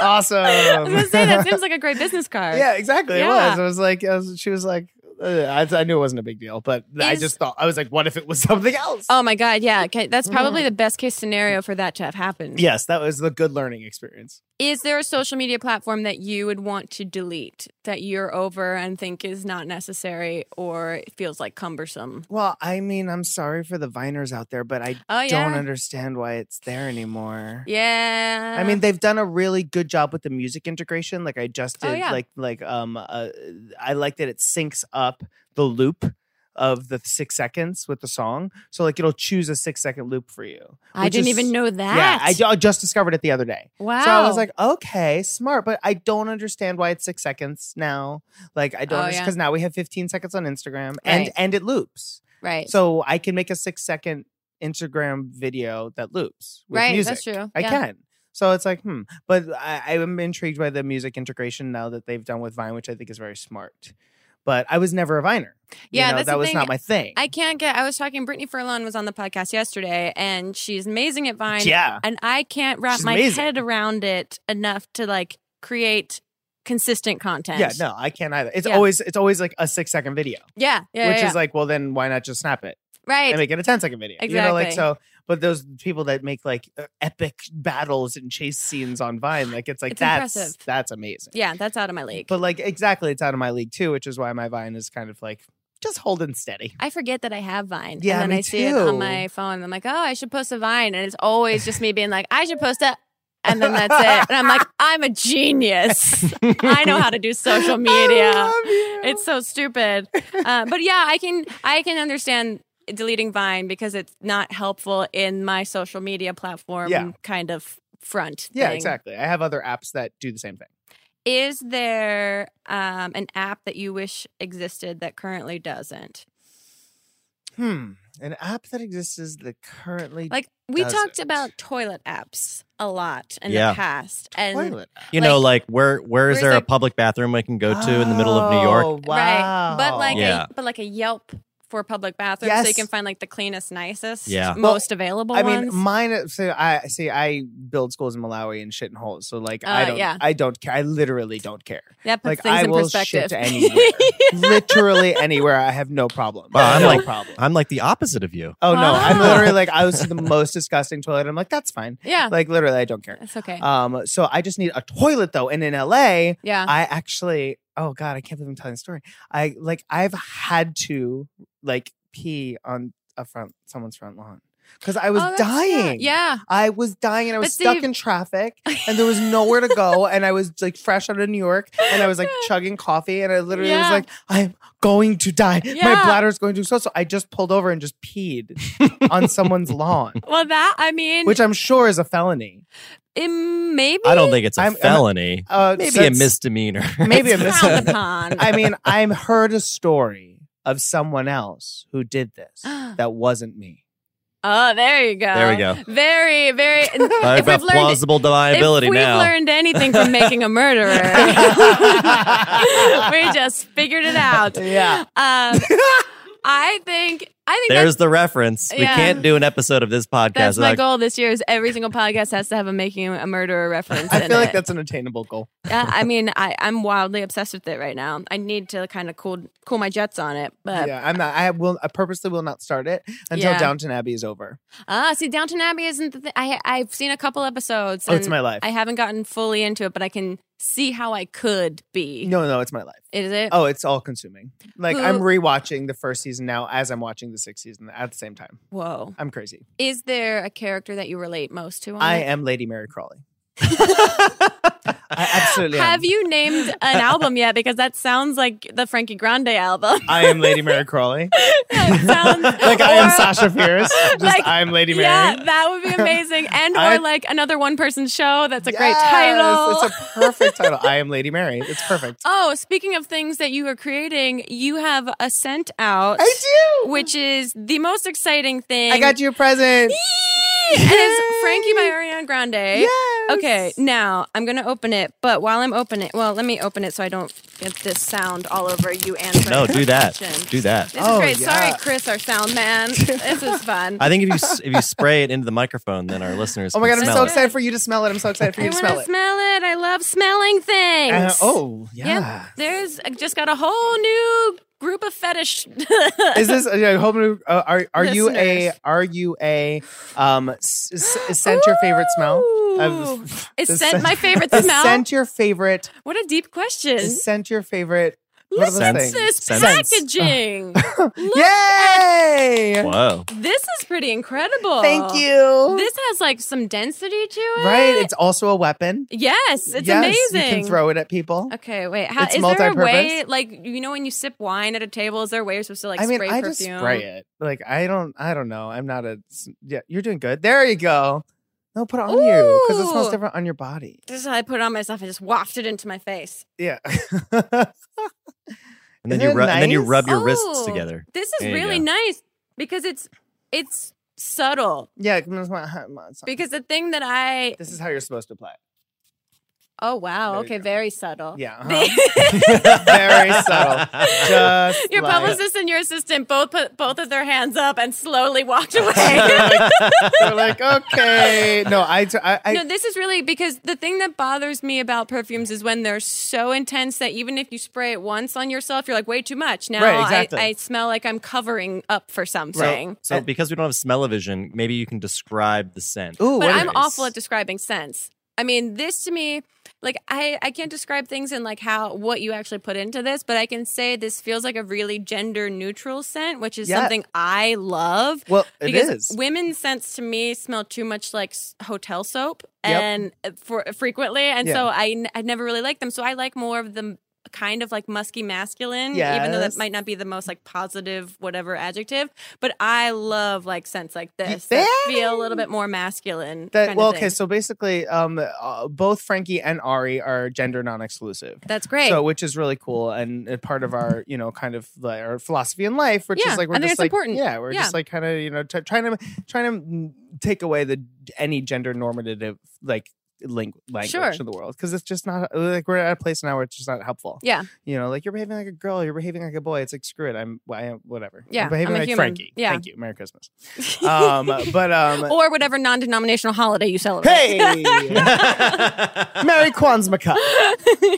S2: awesome!"
S1: I was gonna say that seems like a great business card.
S2: yeah, exactly. It
S1: Yeah.
S2: was. It was like I was- she was like. uh, I, I knew it wasn't a big deal, but I
S1: Is-
S2: just thought I was like, "What if it was something else?"
S1: Oh my god, yeah. Okay, that's
S2: Mm-hmm.
S1: probably the best case scenario for that to have happened.
S2: yes, that was the good learning experience.
S1: Is there a social media platform that you would want to delete that you're over and think is not necessary or feels like cumbersome?
S2: Well, I mean, I'm sorry for the viners out there, but I
S1: Oh yeah.
S2: don't understand why it's there anymore.
S1: yeah.
S2: I mean, they've done a really good job with the music integration. Like I just
S1: Oh,
S2: did,
S1: yeah.
S2: like like um, uh, I like that it syncs up the loop of the six seconds with the song. So like it'll choose a six second loop for you.
S1: I
S2: which
S1: didn't
S2: is-
S1: even know that. Oh.
S2: Yeah, I, ju- I just discovered it the other day.
S1: wow.
S2: So I was like, okay, smart, but I don't understand why it's six seconds now. Like I
S1: Oh,
S2: don't
S1: yeah.
S2: because now we have 15 seconds on Instagram and
S1: Right.
S2: and it loops.
S1: right.
S2: So I can make a six second Instagram video that loops with
S1: right.
S2: music.
S1: That's true.
S2: I
S1: yeah.
S2: can. So it's like, hmm. But I, I am intrigued by the music integration now that they've done with Vine, which I think is very smart. but I was never a viner. You
S1: Yeah,
S2: know,
S1: that's
S2: that
S1: the
S2: was
S1: thing.
S2: not my thing.
S1: I can't get. I was talking. Brittany Furlan was on the podcast yesterday, and she's amazing at Vine.
S2: yeah,
S1: and I can't wrap
S2: She's
S1: my
S2: amazing.
S1: head around it enough to like create consistent content.
S2: yeah, no, I can't either. It's
S1: Yeah.
S2: always it's always like a six second video,
S1: yeah, yeah,
S2: which
S1: yeah,
S2: is like, well, then why not just snap it
S1: right.
S2: and make it a 10 second video? You know, like
S1: Exactly.
S2: so. But those people that make like uh, epic battles and chase scenes on Vine, like it's like
S1: It's
S2: that's
S1: impressive.
S2: that's amazing.
S1: yeah, that's out of my league.
S2: But like exactly, it's out of my league too, which is why my Vine is kind of like just holding steady.
S1: I forget that I have Vine. and
S2: Yeah,
S1: then
S2: me
S1: I see it on
S2: too.
S1: my phone. And I'm like, oh, I should post a Vine. And it's always just me being like, I should post a. And then that's it. And I'm like, I'm a genius. I know how to do social media. It's so stupid. Uh, but yeah, I can I can understand deleting Vine because it's not helpful in my social media platform
S2: Yeah.
S1: kind of front.
S2: yeah,
S1: thing.
S2: exactly. I have other apps that do the same thing.
S1: Is there um, an app that you wish existed that currently doesn't?
S2: Hmm. An app that exists is that currently
S1: Like we
S2: does
S1: talked
S2: it.
S1: about toilet apps a lot in
S3: Yeah.
S1: the past, and
S2: toilet app.
S3: You know,
S1: Like-
S3: like where where is
S1: Where's,
S3: there a
S1: like-
S3: public bathroom I can go to in the middle of New York?
S2: Oh,
S1: right,
S2: Wow.
S1: but like
S3: Yeah.
S1: a, but like a Yelp for public bathrooms, so you
S2: Yes.
S1: can find like the cleanest, nicest,
S3: Yeah.
S2: Well,
S1: most available
S2: I mean,
S1: ones.
S2: mine. uh, So I see. I build schools in Malawi and shit in holes. So like,
S1: Uh,
S2: I don't.
S1: yeah.
S2: I don't care. I literally don't care.
S1: that puts
S2: like,
S1: things
S2: I
S1: in
S2: will shit
S1: perspective.
S2: anywhere. literally anywhere. I have no problem.
S3: Wow, I'm
S2: no
S3: like-
S2: problem.
S3: I'm like the opposite of you.
S2: Oh no! I'm
S1: Wow.
S2: literally like I was the most disgusting toilet. I'm like that's fine.
S1: yeah,
S2: Like literally, I don't care.
S1: that's Uh. okay. Uh.
S2: Um, so I just need a toilet though. And in LA,
S1: yeah,
S2: I actually, oh god, I can't believe I'm telling the story. I like I've had to like pee on a front someone's front lawn because I was
S1: Oh, that's- yeah,
S2: dying.
S1: Yeah,
S2: I was dying and I was
S1: But
S2: stuck
S1: Dave-
S2: in traffic and there was nowhere to go and I was like fresh out of New York and I was like
S1: Yeah.
S2: chugging coffee and I literally
S1: Yeah.
S2: was like I'm going to die. My
S1: Yeah.
S2: bladder's going to explode. So I just pulled over and just peed on someone's lawn,
S1: Well, that I mean,
S2: which I'm sure is a felony.
S1: it- maybe
S3: I don't think it's a
S2: I'm- I'm-
S3: felony.
S2: Uh,
S3: Maybe
S2: so
S3: a
S2: it's-
S3: misdemeanor.
S2: Maybe a
S1: it's frowned
S2: misdemeanor.
S1: upon.
S2: I mean, I've heard a story of someone else who did this that wasn't me.
S1: oh, there you go.
S3: There we go.
S1: Very, very.
S3: I've
S1: if
S3: got
S1: we've learned
S3: plausible deniability
S1: if we've
S3: now.
S1: learned anything from making a murderer, we just figured it out.
S2: Yeah.
S1: Um, I think I think
S3: There's
S1: that's,
S3: the reference. We
S1: Yeah.
S3: can't do an episode of this podcast.
S1: that's my
S3: without-
S1: goal this year. Is every single podcast has to have a making a murderer reference.
S2: I
S1: in
S2: feel
S1: it.
S2: like that's an attainable goal.
S1: Yeah, I mean, I, I'm wildly obsessed with it right now. I need to kind of cool cool my jets on it. But
S2: yeah, I'm not. I will. I purposely will not start it until
S1: Yeah.
S2: Downton Abbey is over.
S1: ah, see, Downton Abbey isn't. The thi- I I've seen a couple episodes.
S2: Oh, it's
S1: and
S2: my life.
S1: I haven't gotten fully into it, but I can see how I could be.
S2: no, no, it's my life.
S1: Is it?
S2: Oh, it's all consuming. Like
S1: Who-
S2: I'm rewatching the first season now as I'm watching the sixth season at the same time.
S1: Whoa.
S2: I'm crazy.
S1: Is there a character that you relate most to? On
S2: I
S1: it?
S2: am Lady Mary Crawley. I absolutely
S1: Have
S2: am.
S1: you named an album yet? Because that sounds like the Frankie Grande album.
S2: I am Lady Mary Crawley.
S1: That sounds,
S2: like I am
S1: or-
S2: Sasha Fierce. Just
S1: Like,
S2: I'm Lady Mary.
S1: Yeah, that would be amazing. And
S2: I-
S1: or like another one person show. That's a great
S2: Yes,
S1: title.
S2: It's a perfect title. I am Lady Mary. It's perfect.
S1: oh, speaking of things that you are creating, you have a scent out,
S2: do.
S1: which is the most exciting thing.
S2: I got you a present.
S1: It is Frankie by Ariana Grande.
S2: Yes.
S1: Okay, now I'm gonna open it, but while I'm opening it, well, let me open it so I don't get this sound all over you and Frank.
S3: no, do that.
S1: Kitchen.
S3: Do that.
S1: This
S2: Oh,
S1: is great.
S2: yeah.
S1: Sorry, Chris, our sound man. this is fun.
S3: I think if you s- if you spray it into the microphone, then our listeners.
S2: Oh my
S3: can
S2: god, I'm
S3: smell
S2: so
S3: it.
S2: excited for you to smell it. I'm so excited for
S1: I
S2: you
S1: want
S2: to
S1: to
S2: smell it.
S1: I love smelling things.
S2: Uh, oh, yeah.
S1: yeah. There's I just got a whole new group of fetish.
S2: Is this uh, yeah, home, uh, are are you a
S1: Listeners.
S2: are you a um s- s- scent your favorite smell?
S1: Ooh.
S2: Of-
S1: Is
S2: the
S1: scent
S2: scent-
S1: my favorite
S2: is
S1: smell?
S2: Scent your favorite.
S1: what a deep question.
S2: Is scent your favorite. what are
S1: Look
S2: those
S1: at
S2: things?
S1: this
S3: Scent.
S1: packaging.
S2: Yay!
S3: Whoa.
S1: this is pretty incredible.
S2: Thank you.
S1: This has like some density to it.
S2: right, it's also a weapon.
S1: yes, it's
S2: Yes,
S1: amazing.
S2: You can throw it at people.
S1: Okay, wait. How,
S2: It's
S1: is there a
S2: multi-purpose.
S1: way, like you know, when you sip wine at a table, is there a way you're supposed to like
S2: I mean,
S1: spray
S2: I
S1: perfume?
S2: just spray it. Like I don't, I don't know. I'm not a. s- Yeah, you're doing good. There you go. No, put it on you because it smells
S1: Ooh.
S2: different on your body.
S1: This is how I put it on myself. I just wafted it into my face.
S2: Yeah.
S3: And then
S2: Isn't
S3: you
S2: it
S3: rub and then you
S2: nice?
S3: rub your wrists
S1: Oh,
S3: together.
S1: This is
S3: There you
S1: really
S3: go.
S1: nice because it's it's subtle.
S2: yeah. come on, come on, come on.
S1: Because the thing that I
S2: This is how you're supposed to play.
S1: Oh wow.
S2: There you
S1: Okay,
S2: go.
S1: very subtle.
S2: Yeah. uh-huh.
S1: They-
S2: Very subtle. Just
S1: Your
S2: like-
S1: publicist and your assistant both put both of their hands up and slowly walked away.
S2: They're like, okay. No, I, t- I, I
S1: no, this is really because the thing that bothers me about perfumes is when they're so intense that even if you spray it once on yourself, you're like, way too much. Now
S2: Right, exactly.
S1: I, I smell like I'm covering up for something.
S3: So because we don't have smell-o-vision, maybe you can describe the scent.
S2: Ooh,
S1: but
S2: what
S1: I'm
S2: is-
S1: awful at describing scents. I mean, this to me, like I, I can't describe things in like how what you actually put into this, but I can say this feels like a really gender neutral scent, which is
S2: Yeah.
S1: something I love.
S2: Well, it
S1: because
S2: is.
S1: women's scents to me smell too much like s- hotel soap
S2: Yep.
S1: and uh, for frequently, and so I n- I never really like them. So I like more of the kind of like musky masculine, even though
S2: Yes.
S1: that might not be the most like positive whatever adjective. But I love like scents like this
S2: Yeah.
S1: that feel a little bit more masculine.
S2: That,
S1: kind
S2: well,
S1: of thing.
S2: okay. So basically, um, uh, both Frankie and Ari are gender non-exclusive.
S1: that's great.
S2: So, which is really cool and, and part of our, you know, kind of like our philosophy in life, which
S1: Yeah,
S2: is like we're
S1: I think
S2: just
S1: it's
S2: like,
S1: important.
S2: yeah, we're
S1: Yeah.
S2: just like kind of, you know, t- trying to trying to mm, take away the any gender normative like ling- language
S1: Sure.
S2: of the world because it's just not like we're at a place now where it's just not helpful.
S1: yeah,
S2: You know, like you're behaving like a girl, you're behaving like a boy. It's like screw it, I'm, I am whatever. I'm
S1: Yeah,
S2: behaving
S1: I'm a
S2: like
S1: human.
S2: Frankie.
S1: Yeah. Oh,
S2: thank you. Merry Christmas. Um, but um,
S1: or whatever non-denominational holiday you celebrate.
S2: hey.
S3: That's
S2: Mary Kwanzaa.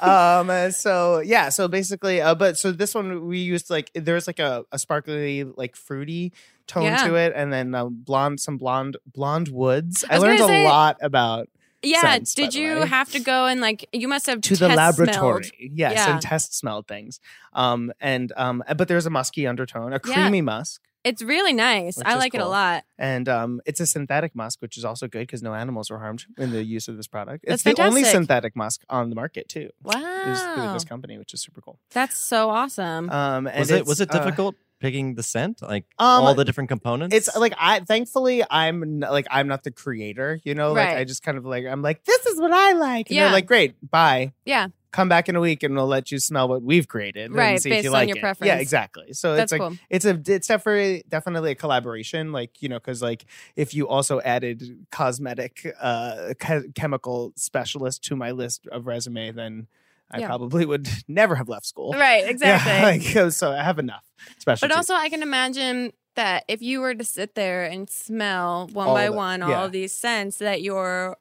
S2: um uh, so yeah so basically uh, but so this one we used like there's like a, a sparkly like fruity tone
S1: Yeah.
S2: to it and then um, blonde some blonde blonde woods i,
S1: I was gonna
S2: learned
S1: say-
S2: a lot about
S1: yeah,
S2: Scents, by
S1: did
S2: the
S1: you
S2: way.
S1: have to go and like you must have
S2: to the
S1: test
S2: laboratory
S1: smelled.
S2: yes
S1: Yeah.
S2: and test smelled things um and um but there's a musky undertone a
S1: Yeah.
S2: creamy musk
S1: It's really nice.
S2: Which
S1: I
S2: is
S1: like it a
S2: cool.
S1: lot.
S2: and um, it's a synthetic musk, which is also good because no animals were harmed in the use of this product.
S1: That's
S2: It's the only
S1: fantastic. Oh.
S2: synthetic musk on the market too, is through
S1: Wow,
S2: this company, which is super cool.
S1: that's so awesome.
S2: Um, and
S3: was it was it
S2: it's, uh,
S3: difficult picking the scent? Like
S2: Um,
S3: all the different components?
S2: it's like I thankfully I'm n- like I'm not the creator, you know. Like
S1: Right.
S2: I just kind of like I'm like this is what I like. And
S1: Yeah.
S2: They're like great, bye.
S1: Yeah.
S2: Come back in a week and we'll let you smell what we've created.
S1: Right,
S2: And see
S1: based
S2: if you
S1: on
S2: like
S1: your
S2: it. Yeah,
S1: preference.
S2: exactly. So
S1: that's
S2: it's like
S1: cool.
S2: it's a it's definitely definitely a collaboration. Like you know, because like if you also added cosmetic uh che- chemical specialist to my list of resume, then I
S1: Yeah.
S2: probably would never have left school.
S1: Right,
S2: Yeah,
S1: exactly.
S2: like, so I have enough
S1: but
S2: specialties.
S1: also, I can imagine that if you were to sit there and smell one
S2: All
S1: by
S2: of it,
S1: one all
S2: yeah.
S1: of these scents, that your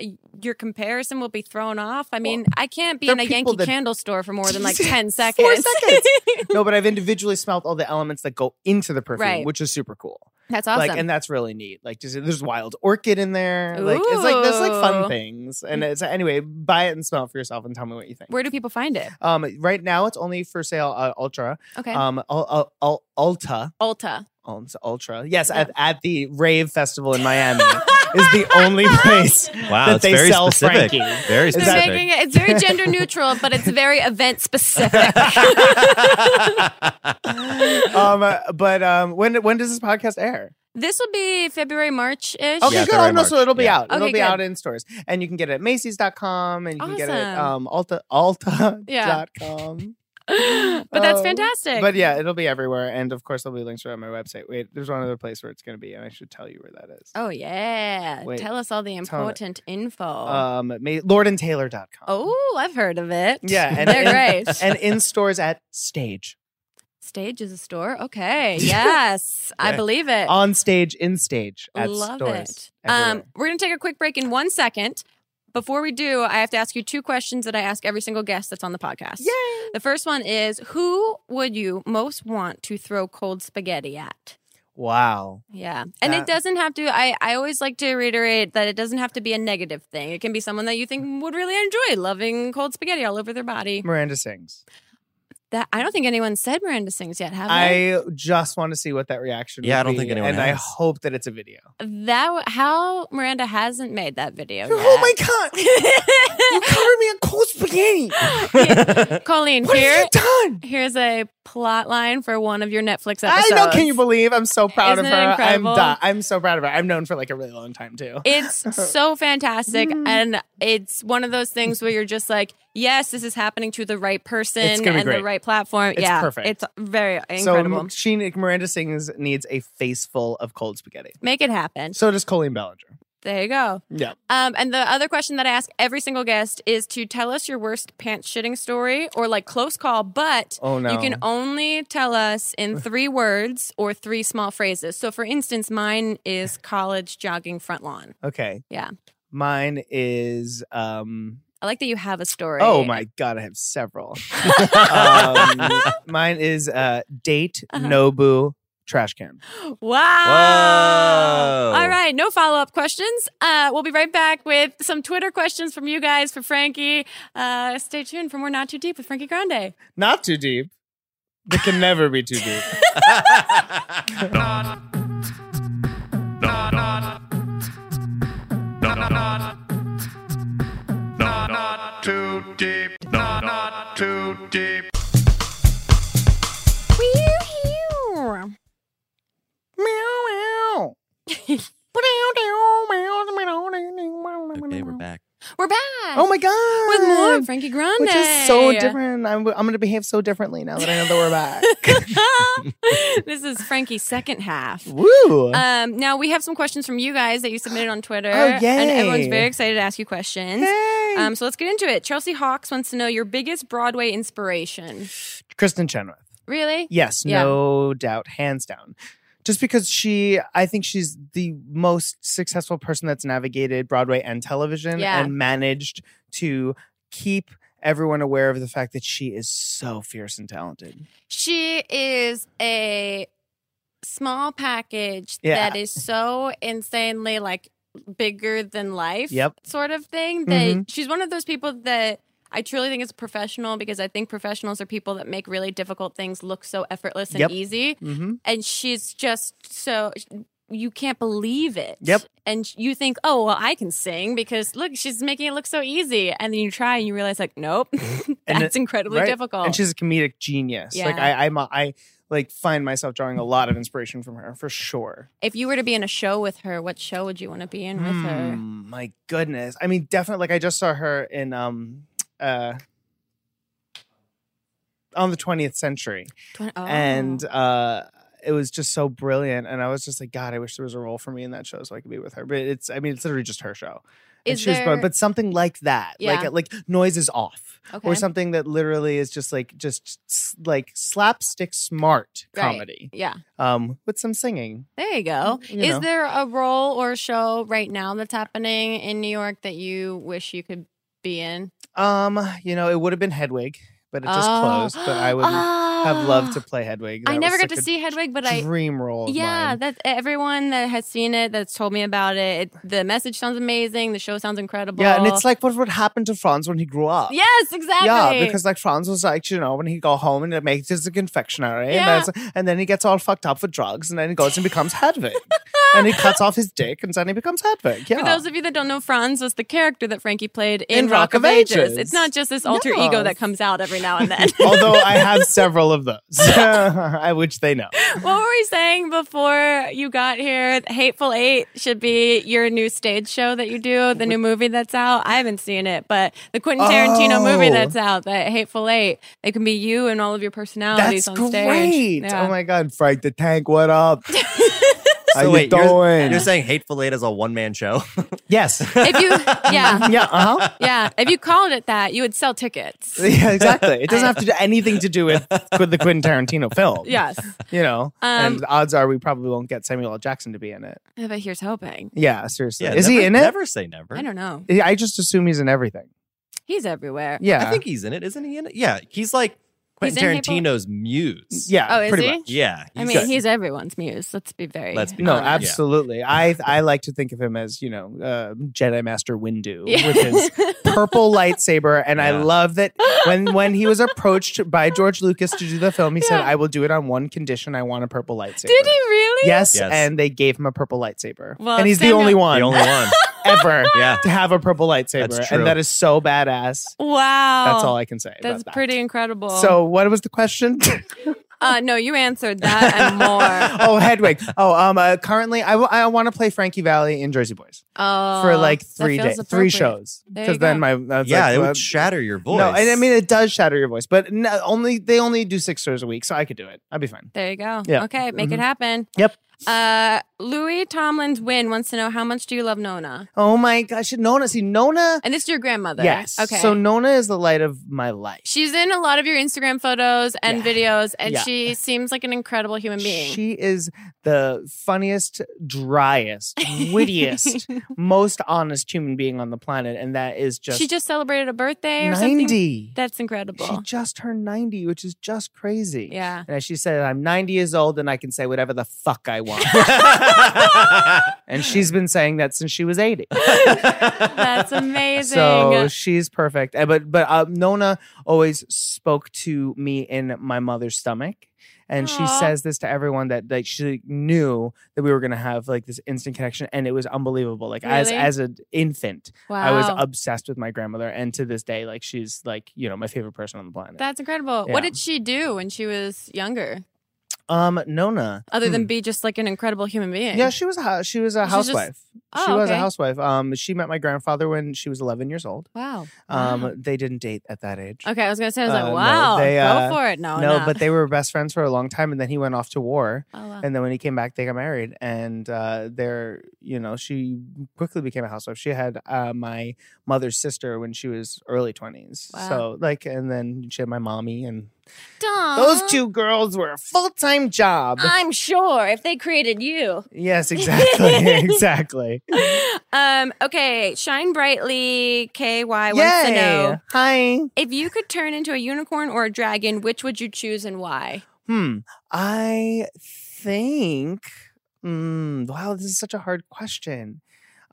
S1: uh, your comparison will be thrown off. I mean, I can't be
S2: there
S1: in a
S2: are people
S1: Yankee
S2: that-
S1: candle store for more than like ten seconds.
S2: Four seconds. no, but I've individually smelled all the elements that go into the perfume,
S1: Right.
S2: which is super cool.
S1: That's awesome.
S2: Like, and that's really neat. Like, just there's wild orchid in there. Like, it's like there's like
S1: Ooh.
S2: fun things. And it's anyway, buy it and smell it for yourself and tell me what you think.
S1: Where do people find it?
S2: um, right now it's only for sale at Ultra.
S1: Okay,
S2: Um, Ul- Ul- Ul- Ulta.
S1: Ulta.
S2: Oh, it's Ultra. Yes,
S1: Yeah.
S2: at, at the rave festival in Miami is the only place
S3: wow,
S2: that
S3: it's
S2: they
S3: very
S2: sell
S3: specific.
S2: Frankie.
S3: Very
S1: They're
S2: that-
S3: specific.
S1: making it, it's very gender neutral, but it's very event specific.
S2: um, uh, but um, when when does this podcast air?
S1: this will be February, March ish.
S2: Okay,
S3: Yeah,
S2: good.
S3: February,
S2: Oh, no, so
S3: March.
S2: it'll be
S3: Yeah.
S2: out. it'll
S1: Okay,
S2: be
S1: good.
S2: out in stores. And you can get it at Macy's.com and you can get it at
S1: Awesome.
S2: um, Alta, Alta.com.
S1: Yeah. but that's
S2: Um,
S1: fantastic.
S2: But yeah, it'll be everywhere. And of course, there'll be links around my website. Wait, there's one other place where it's going to be, and I should tell you where that is.
S1: oh yeah,
S2: Wait,
S1: tell us all the
S2: tell me.
S1: important info.
S2: Um, ma- lordandtaylor.com.
S1: Oh, I've heard of it.
S2: Yeah, and-
S1: they're
S2: and-
S1: great.
S2: And in stores at Stage.
S1: Stage is a store. Okay. Yes, I
S3: Yeah.
S1: believe it.
S2: On stage, in stage, at
S1: Love
S2: stores.
S1: it. Um, we're gonna take a quick break in one second. Before we do, I have to ask you two questions that I ask every single guest that's on the podcast.
S2: Yay!
S1: The first one is Who would you most want to throw cold spaghetti at?
S2: Wow.
S1: Yeah. And it
S2: That-
S1: doesn't have to, I, I always like to reiterate that it doesn't have to be a negative thing. It can be someone that you think would really enjoy loving cold spaghetti all over their body.
S2: Miranda sings.
S1: That I don't think anyone said Miranda sings yet, have they?
S2: I just want to see what that reaction.
S3: Yeah,
S2: would
S3: I don't
S2: be,
S3: think anyone
S2: And I
S3: has.
S2: hope that it's a video.
S1: That how Miranda hasn't made that video.
S5: Oh my
S1: yet.
S5: god! You covered me in cold spaghetti.
S1: Colleen,
S5: What
S1: here
S5: have you done?
S1: here's a plot line for one of your Netflix episodes.
S2: I know. Can you believe? I'm so proud
S1: Isn't
S2: of
S1: it
S2: her. I'm
S1: incredible?
S2: di- I'm so proud of her. I've known for like a really long time too.
S1: It's so fantastic. And it's one of those things where you're just like, yes, this is happening to the right person
S2: It's
S1: and
S2: gonna be
S1: the
S2: great.
S1: right platform.
S2: It's
S1: yeah.
S2: perfect.
S1: It's very
S2: So
S1: incredible.
S2: she Miranda sings needs a face full of cold spaghetti.
S1: Make it happen.
S2: So does Colleen Ballinger.
S1: There you go.
S2: Yeah.
S1: Um, and the other question that I ask every single guest is to tell us your worst pants shitting story or like close call, but
S2: Oh no.
S1: you can only tell us in three words or three small phrases. So, for instance, mine is college jogging front lawn.
S2: okay.
S1: Yeah.
S2: Mine is um
S1: I like that you have a story.
S2: Oh my god, I have several. um, mine is uh date
S1: Uh-huh.
S2: Nobu trash can.
S1: Wow.
S3: Whoa.
S1: All right. No follow up questions. Uh, we'll be right back with some Twitter questions from you guys for Frankie. Uh, stay tuned for more Not Too Deep with Frankie Grande.
S2: Not too deep. It can never be too deep.
S1: Woo-hoo.
S2: meow meow.
S3: okay, we're back.
S1: We're back.
S2: Oh my god.
S1: With more Frankie Grande.
S2: Which is so different. I'm, I'm going to behave so differently now that I know that we're back.
S1: this is Frankie's second half.
S2: Woo.
S1: Um, now we have some questions from you guys that you submitted on Twitter.
S2: Oh, yay.
S1: And everyone's very excited to ask you questions.
S2: Hey.
S1: Um, so let's get into it. Chelsea Hawks wants to know your biggest Broadway inspiration.
S2: Kristen Chenoweth.
S1: Really?
S2: Yes,
S1: Yeah.
S2: no doubt, hands down. Just because she, I think she's the most successful person that's navigated Broadway and television
S1: Yeah.
S2: and managed to keep everyone aware of the fact that she is so fierce and talented.
S1: She is a small package
S2: Yeah.
S1: that is so insanely like bigger than life
S2: Yep.
S1: sort of thing that
S2: Mhm.
S1: she's one of those people that I truly think is a professional because I think professionals are people that make really difficult things look so effortless and
S2: Yep.
S1: easy.
S2: Mm-hmm.
S1: and she's just so you can't believe it.
S2: Yep.
S1: And you think, oh well, I can sing because look, she's making it look so easy, and then you try and you realize like, nope,
S2: And
S1: that's incredibly
S2: right.
S1: difficult.
S2: And she's a comedic genius. Like
S1: Oh. Yeah.
S2: I, I'm, a, I like find myself drawing a lot of inspiration from her for sure.
S1: if you were to be in a show with her, what show would you want to be in with
S2: Hmm,
S1: her?
S2: my goodness. I mean, definitely. Like I just saw her in, um, uh, on the 20th century.
S1: Twen- oh.
S2: and uh it was just so brilliant and i was just like god i wish there was a role for me in that show so i could be with her but it's i mean it's literally just her show And
S1: Is
S2: she was brilliant,
S1: there-
S2: but something like that
S1: Yeah.
S2: like like noise is off
S1: okay.
S2: or something that literally is just like just s- like slapstick smart
S1: Right.
S2: comedy
S1: yeah,
S2: um with some singing
S1: there you go.
S2: You
S1: Is
S2: know.
S1: there a role or show right now that's happening in New York that you wish you could be in?
S2: um you know it would have been hedwig but it just
S1: Oh.
S2: closed but i would have loved to
S1: Ah.
S2: play hedwig
S1: I
S2: That
S1: never
S2: was
S1: got
S2: such
S1: to
S2: a
S1: see Hedwig, but I
S2: dream role of
S1: Yeah,
S2: mine.
S1: that everyone that has seen it, that's told me about it, it- the message sounds amazing. The show sounds incredible.
S2: yeah and it's like what would happen to franz when he grew up
S1: yes, exactly.
S2: Yeah, because like Franz was like, you know, when he go home and it makes his a confectionery,
S1: Yeah.
S2: and, that's, and then he gets all fucked up for drugs, and then he goes and becomes Hedwig, and he cuts off his dick, and then he becomes Hedwig. Yeah,
S1: for those of you that don't know, Franz was the character that Frankie played in, Rock, of, Ages. It's not just this alter ego
S2: Yes.
S1: that comes out every now and then.
S2: although I have several of those, I which they know.
S1: what were we saying before you got here? Hateful Eight should be your new stage show that you do, the new movie that's out. I haven't seen it, but the Quentin Tarantino movie
S2: Oh.
S1: that's out, that Hateful Eight, it can be you and all of your personalities
S2: That's
S1: on
S2: great.
S1: stage. Yeah.
S2: Oh my god, Frank the Tank, what up? How you
S3: Oh, wait,
S2: doing?
S3: You're saying Hateful Eight is a one man show?
S2: yes.
S1: if you yeah
S2: Yeah, uh huh.
S1: yeah if you called it that you would sell tickets
S2: Yeah, exactly. It doesn't have to do anything to do with, with the Quentin Tarantino film.
S1: yes
S2: You know,
S1: Um,
S2: and odds are we probably won't get Samuel L. Jackson to be in it.
S1: Yeah, but here's hoping
S2: Yeah, seriously.
S3: Yeah,
S2: is he
S3: never-
S2: in it?
S3: Never say never.
S1: i don't know
S2: Yeah, I just assume he's in everything.
S1: he's everywhere
S2: Yeah.
S3: I think he's in it. Isn't he in it? Yeah, he's like Quentin
S1: in Hateful-
S3: Tarantino's muse.
S2: yeah,
S1: oh is
S2: pretty
S1: he
S2: much.
S3: Yeah.
S1: i mean he's everyone's muse let's be very
S3: Let's be
S2: No,
S3: honest. Uh, Yeah.
S2: absolutely. I I like to think of him as you know uh, Jedi Master Windu
S1: Yeah.
S2: with his purple lightsaber, and I
S3: Yeah.
S2: love that when when he was approached by George Lucas to do the film, he said,
S1: Yeah.
S2: "I will do it on one condition: I want a purple lightsaber."
S1: did he really
S2: Yes,
S3: Yes.
S2: and they gave him a purple lightsaber,
S1: Well,
S2: and he's
S1: Samuel-
S2: the only one
S3: the only one.
S2: ever
S3: Yeah.
S2: to have a purple lightsaber,
S3: That's true.
S2: and that is so badass.
S1: wow
S2: That's all I can say.
S1: that's
S2: about that.
S1: pretty incredible
S2: So, what was the question?
S1: uh no you answered that and more
S2: oh, Hedwig. Oh, um, uh, currently I, w- I want to play Frankie Valley in Jersey Boys
S1: oh
S2: for like
S1: that
S2: three
S1: feels
S2: days, three
S1: appropriate.
S2: shows.
S1: There you
S2: Because then
S1: go.
S2: my that's
S3: yeah,
S2: like,
S3: it
S2: well,
S3: would shatter your voice.
S2: No, and I mean it does shatter your voice, but no, only they only do six shows a week, so I could do it. I'd be fine.
S1: there you go
S2: Yeah. Mm-hmm.
S1: okay make it happen
S2: Yep.
S1: Uh, Louis Tomlin's win wants to know how much do you love Nona?
S2: Oh my gosh, Nona. See, Nona.
S1: And this is your grandmother.
S2: Yes.
S1: Okay.
S2: So Nona is the light of my life.
S1: She's in a lot of your Instagram photos and
S2: Yeah.
S1: videos, and
S2: Yeah.
S1: she seems like an incredible human being.
S2: She is the funniest, driest, wittiest, most honest human being on the planet, and that is just
S1: she just celebrated a birthday or something.
S2: ninety.
S1: That's incredible.
S2: She just turned ninety, which is just crazy.
S1: yeah.
S2: And as she said, I'm 90 years old and I can say whatever the fuck I want. and she's been saying that since she was 80.
S1: That's amazing.
S2: So she's perfect. Uh, But but uh, Nona always spoke to me in my mother's stomach. And she
S1: Aw.
S2: says this to everyone that that she knew that we were gonna have like this instant connection, and it was unbelievable. Like as
S1: Really?
S2: as an infant,
S1: wow.
S2: I was obsessed with my grandmother, and to this day, like she's like you know my favorite person on the planet.
S1: That's incredible. What
S2: Yeah.
S1: did she do when she was younger,
S2: um, Nona,
S1: other
S2: hmm.
S1: than be just like an incredible human being?
S2: Yeah, she was a hou- she was a
S1: She was just-
S2: housewife.
S1: Oh,
S2: she was
S1: okay.
S2: a housewife. Um, she met my grandfather when she was 11 years old.
S1: Wow.
S2: Um,
S1: Wow.
S2: they didn't date at that age.
S1: Okay, I was gonna say, I was
S2: Uh,
S1: like,
S2: no,
S1: wow,
S2: they, uh,
S1: go for it. Oh, No,
S2: no,
S1: no.
S2: but they were best friends for a long time, and then he went off to war.
S1: oh, wow.
S2: And then when he came back, they got married, and uh, they're you know she quickly became a housewife. She had uh, my mother's sister when she was early twenties.
S1: Wow.
S2: So like, and then she had my mommy, and
S1: Duh.
S2: those two girls were a full time job.
S1: I'm sure if they created you.
S2: yes, exactly, exactly.
S1: um, okay, shine brightly. Ky wants to
S2: Yay!
S1: know
S2: Hi.
S1: if you could turn into a unicorn or a dragon, which would you choose and why?
S2: Hmm. I think. Mm, wow, this is such a hard question.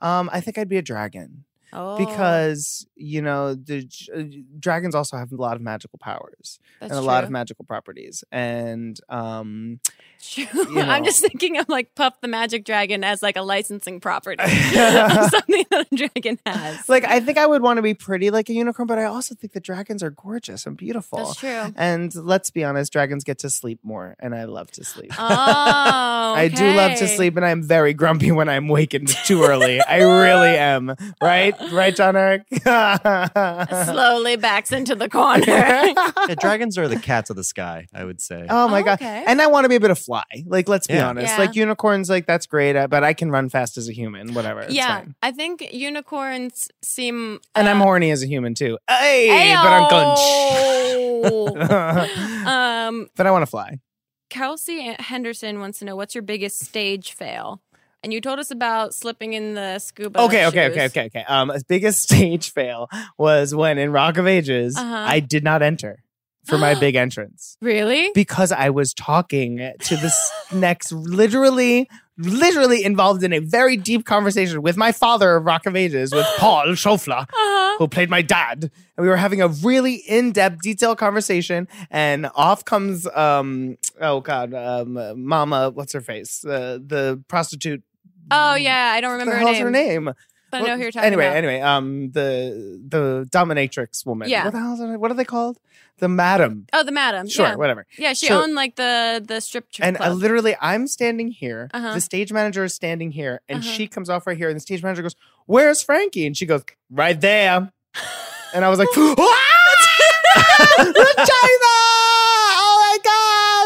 S2: Um, I think I'd be a dragon
S1: Oh,
S2: because you know the j- uh, dragons also have a lot of magical powers
S1: that's
S2: and a lot of
S1: true.
S2: magical properties, and um,
S1: True.
S2: you
S1: I'm
S2: know.
S1: just thinking of like Puff the Magic Dragon as like a licensing property, of something that a dragon has.
S2: like I think I would want to be pretty like a unicorn, but I also think the dragons are gorgeous and beautiful.
S1: That's true.
S2: and let's be honest, dragons get to sleep more, and I love to sleep.
S1: Oh,
S2: I do love to
S1: okay.
S2: sleep, and I'm very grumpy when I'm wakened too early. I really am. Right, right, John Eric. oh
S1: Slowly backs into the corner.
S3: Yeah, dragons are the cats of the sky, I would say.
S2: Oh my god!
S1: Oh, Okay.
S2: And I want to be able to fly. Like, let's be
S3: Yeah.
S2: honest.
S1: Yeah.
S2: Like unicorns, like that's great, uh, but I can run fast as a human. Whatever. It's
S1: yeah,
S2: fine.
S1: I think unicorns seem.
S2: And I'm
S1: uh,
S2: horny as a human too. Hey, but I'm going.
S1: Ayo.
S2: "Shh."
S1: um,
S2: but I want to fly.
S1: Kelsey Henderson wants to know what's your biggest stage fail? And you told us about slipping in the scuba.
S2: Okay, okay, okay,
S1: shoes.
S2: okay, okay. Um, biggest stage fail was when in Rock of Ages
S1: Uh-huh.
S2: I did not enter for my big entrance.
S1: Really?
S2: because I was talking to this next, literally, literally involved in a very deep conversation with my father of Rock of Ages, with Paul Schofler,
S1: Uh-huh.
S2: who played my dad. And we were having a really in depth, detailed conversation. And off comes, um, oh God, um, Mama, what's her face? Uh, the prostitute.
S1: Oh yeah, I don't
S2: What
S1: remember
S2: the
S1: her,
S2: hell's
S1: name,
S2: her name?
S1: But I know who you're talking
S2: anyway,
S1: about.
S2: anyway, um, the the dominatrix woman.
S1: Yeah.
S2: What the hell's her, What are they called? The madam.
S1: Oh, the madam.
S2: Sure,
S1: Yeah,
S2: whatever.
S1: yeah she
S2: So-
S1: owned like the the strip club.
S2: And I literally, I'm standing here.
S1: Uh-huh.
S2: The stage manager is standing here, and
S1: Uh-huh.
S2: she comes off right here. And the stage manager goes, "Where's Frankie?" And she goes, "Right there." And I was like, "What? China!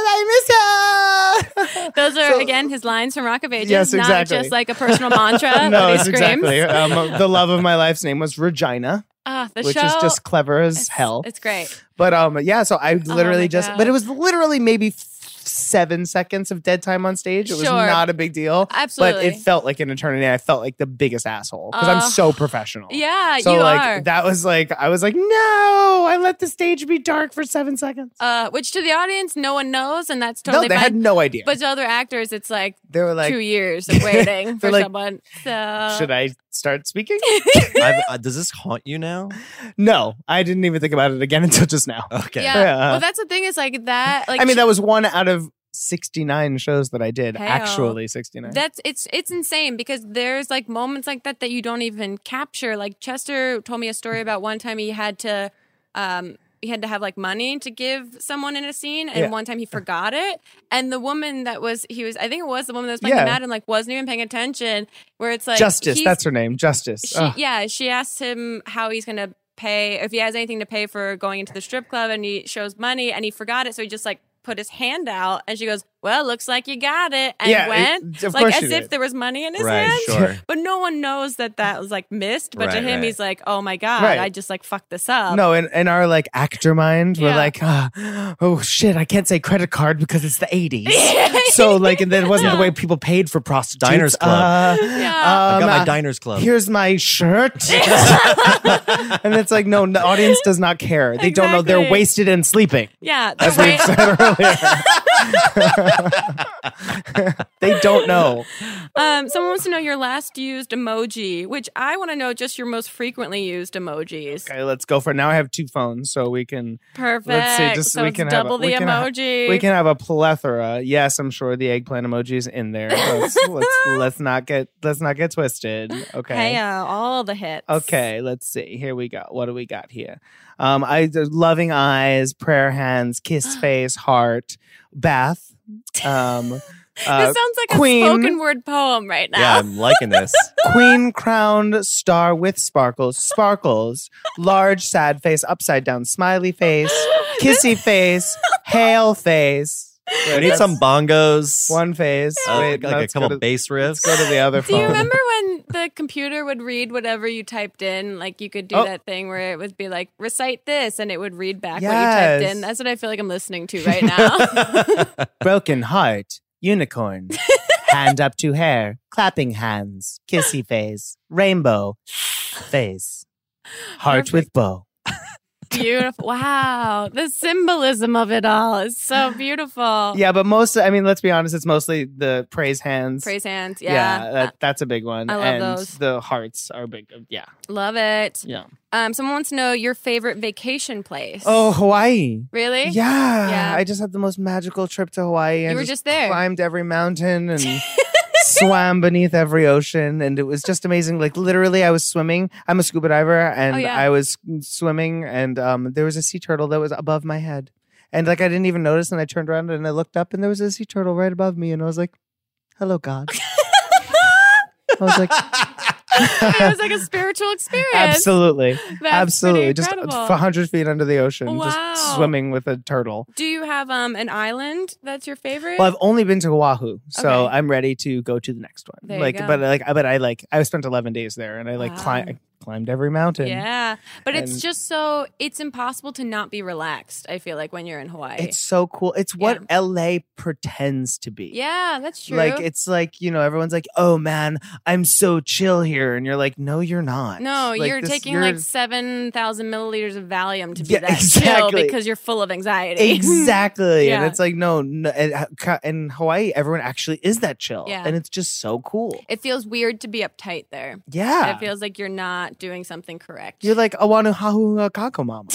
S2: Oh my god, I miss her."
S1: Those are
S2: So-
S1: again his lines from Rock of Ages.
S2: Yes, exactly.
S1: Not just like a personal mantra.
S2: no,
S1: that he
S2: it's
S1: screams.
S2: exactly. Um, the love of my life's name was Regina,
S1: Ah, the
S2: which
S1: show
S2: is just clever as
S1: it's-
S2: hell.
S1: It's great.
S2: But um, yeah. So I literally
S1: my
S2: just,
S1: God.
S2: but it was literally maybe f- seven seconds of dead time on stage. It was
S1: Sure.
S2: not a big deal.
S1: Absolutely.
S2: But it felt like an eternity. I felt like the biggest asshole because
S1: Uh,
S2: I'm so professional.
S1: yeah,
S2: So
S1: you
S2: like
S1: are.
S2: that was like I was like no, I let the stage be dark for seven seconds.
S1: uh, which to the audience, no one knows, and that's totally
S2: no, they
S1: fine.
S2: had no idea.
S1: but to other actors, it's like
S2: they were
S1: two
S2: like,
S1: years of waiting for
S2: They're like,
S1: someone. So
S2: should I start speaking?
S3: I've- uh, does this haunt you now?
S2: no, I didn't even think about it again until just now.
S3: Okay.
S1: Yeah.
S2: Yeah.
S1: Well, that's the thing is like that. Like
S2: I mean, that was one out of sixty nine shows that I did.
S1: Heyo.
S2: Actually, sixty nine.
S1: that's it's it's insane because there's like moments like that that you don't even capture. Like Chester told me a story about one time he had to. um he had to have like money to give someone in a scene, and
S2: Yeah.
S1: one time he forgot it. And the woman that was he was, I think it was the woman that was playing
S2: Yeah.
S1: Madden, like wasn't even paying attention. Where it's like
S2: Justice.
S1: he's-
S2: That's her name. Justice.
S1: she,
S2: Ugh.
S1: yeah, she asked him how he's gonna pay if he has anything to pay for going into the strip club, and he shows money, and he forgot it, so he just like put his hand out, and she goes, well, looks like you got it, and
S2: yeah,
S1: went.
S2: it- of
S1: like
S2: course
S1: as
S2: she
S1: if
S2: did.
S1: there was money in his
S3: right,
S1: hand.
S3: sure.
S1: But no one knows that that was like missed. But to
S3: Right,
S1: him,
S3: right.
S1: he's like, oh my God,
S2: Right.
S1: I just like fucked this up.
S2: No, in, in our like actor mind,
S1: Yeah.
S2: we're like, ah, oh shit, I can't say credit card because it's the 80s. so like, and that wasn't the way people paid for prostitutes.
S3: Diners Club.
S2: Uh,
S1: Yeah.
S3: I
S2: um,
S3: got my
S2: uh,
S3: diners club.
S2: Here's my shirt. and it's like, no, the audience does not care. They don't know they're
S1: Exactly.
S2: wasted and sleeping.
S1: yeah. The way,
S2: They don't know.
S1: um, someone wants to know your last used emoji, which I want to know just your most frequently used emojis.
S2: Okay, let's go for it. Now I have two phones, so we can
S1: Perfect.
S2: Let's see, just
S1: so
S2: so we
S1: it's
S2: can have a-
S1: double
S2: we
S1: the
S2: can ha-
S1: emoji.
S2: we can have a plethora. Yes, I'm sure the eggplant emoji is in there. Let's, let's let's not get let's not get twisted. Okay.
S1: Hey, uh, all the hits.
S2: Okay, let's see. Here we go. What do we got here? Um, I there's loving eyes, prayer hands, kiss face, heart, bath. Um, uh,
S1: this sounds like
S2: Queen.
S1: a spoken word poem right
S3: yeah,
S1: now.
S3: I'm liking this.
S2: queen crowned star with sparkles, sparkles, large sad face, upside down smiley face, kissy face, hail face.
S3: We need some bongos.
S2: one face.
S3: uh,
S2: Wait,
S3: like a
S2: let's go
S3: couple
S2: to-
S3: bass riffs.
S2: Let's go to the other
S1: Do you
S2: phone.
S1: remember when the computer would read whatever you typed in? Like you could do
S2: Oh.
S1: that thing where it would be like, recite this, and it would read back what you
S2: Yes.
S1: typed in. That's what I feel like I'm listening to right now.
S2: Broken heart, unicorn, hand up to hair, clapping hands, kissy face, rainbow face, heart with bow.
S1: beautiful. Wow. The symbolism of it all is so beautiful.
S2: Yeah, but most, I mean, let's be honest, it's mostly the praise hands.
S1: Praise hands. Yeah.
S2: Yeah, that, that's a big one.
S1: I love
S2: and
S1: those.
S2: the hearts are big. Yeah.
S1: Love it.
S2: Yeah.
S1: Um, someone wants to know your favorite vacation place.
S2: Oh, Hawaii.
S1: really?
S2: Yeah.
S1: Yeah.
S2: I just had the most magical trip to Hawaii.
S1: You
S2: and
S1: were just there.
S2: Climbed every mountain and swam beneath every ocean. And it was just amazing. Like literally I was swimming. I'm a scuba diver and
S1: Oh, yeah.
S2: I was swimming and um, there was a sea turtle that was above my head. And like I didn't even notice. And I turned around and I looked up and there was a sea turtle right above me. And I was like, hello, God. I was like,
S1: it was like a spiritual experience.
S2: absolutely.
S1: That's pretty
S2: absolutely. Just uh,
S1: incredible.
S2: 100 feet under the ocean,
S1: Wow.
S2: just swimming with a turtle.
S1: Do you have um an island that's your favorite?
S2: Well, I've only been to Oahu, so
S1: Okay.
S2: I'm ready to go to the next one.
S1: There you
S2: like,
S1: go.
S2: but like, I- but I like, I spent 11 days there, and I like
S1: Wow.
S2: cli- I climbed every mountain.
S1: yeah, but it's
S2: and-
S1: just so it's impossible to not be relaxed. I feel like when you're in Hawaii.
S2: It's so cool. It's what LA pretends to be.
S1: yeah, that's true.
S2: Like it's like you know everyone's like oh man I'm so chill here and you're like no you're not
S1: no,
S2: Like,
S1: you're
S2: this-
S1: taking
S2: you're-
S1: like seven thousand milliliters of Valium to be
S2: Yeah,
S1: that chill
S2: exactly.
S1: because you're full of anxiety.
S2: exactly
S1: Yeah.
S2: and it's like no, no and, uh, in Hawaii everyone actually is that chill
S1: Yeah.
S2: and it's just so cool
S1: it feels weird to be uptight there.
S2: yeah
S1: It feels like you're not doing something correct.
S2: you're like Awanu Hahu Kako Mama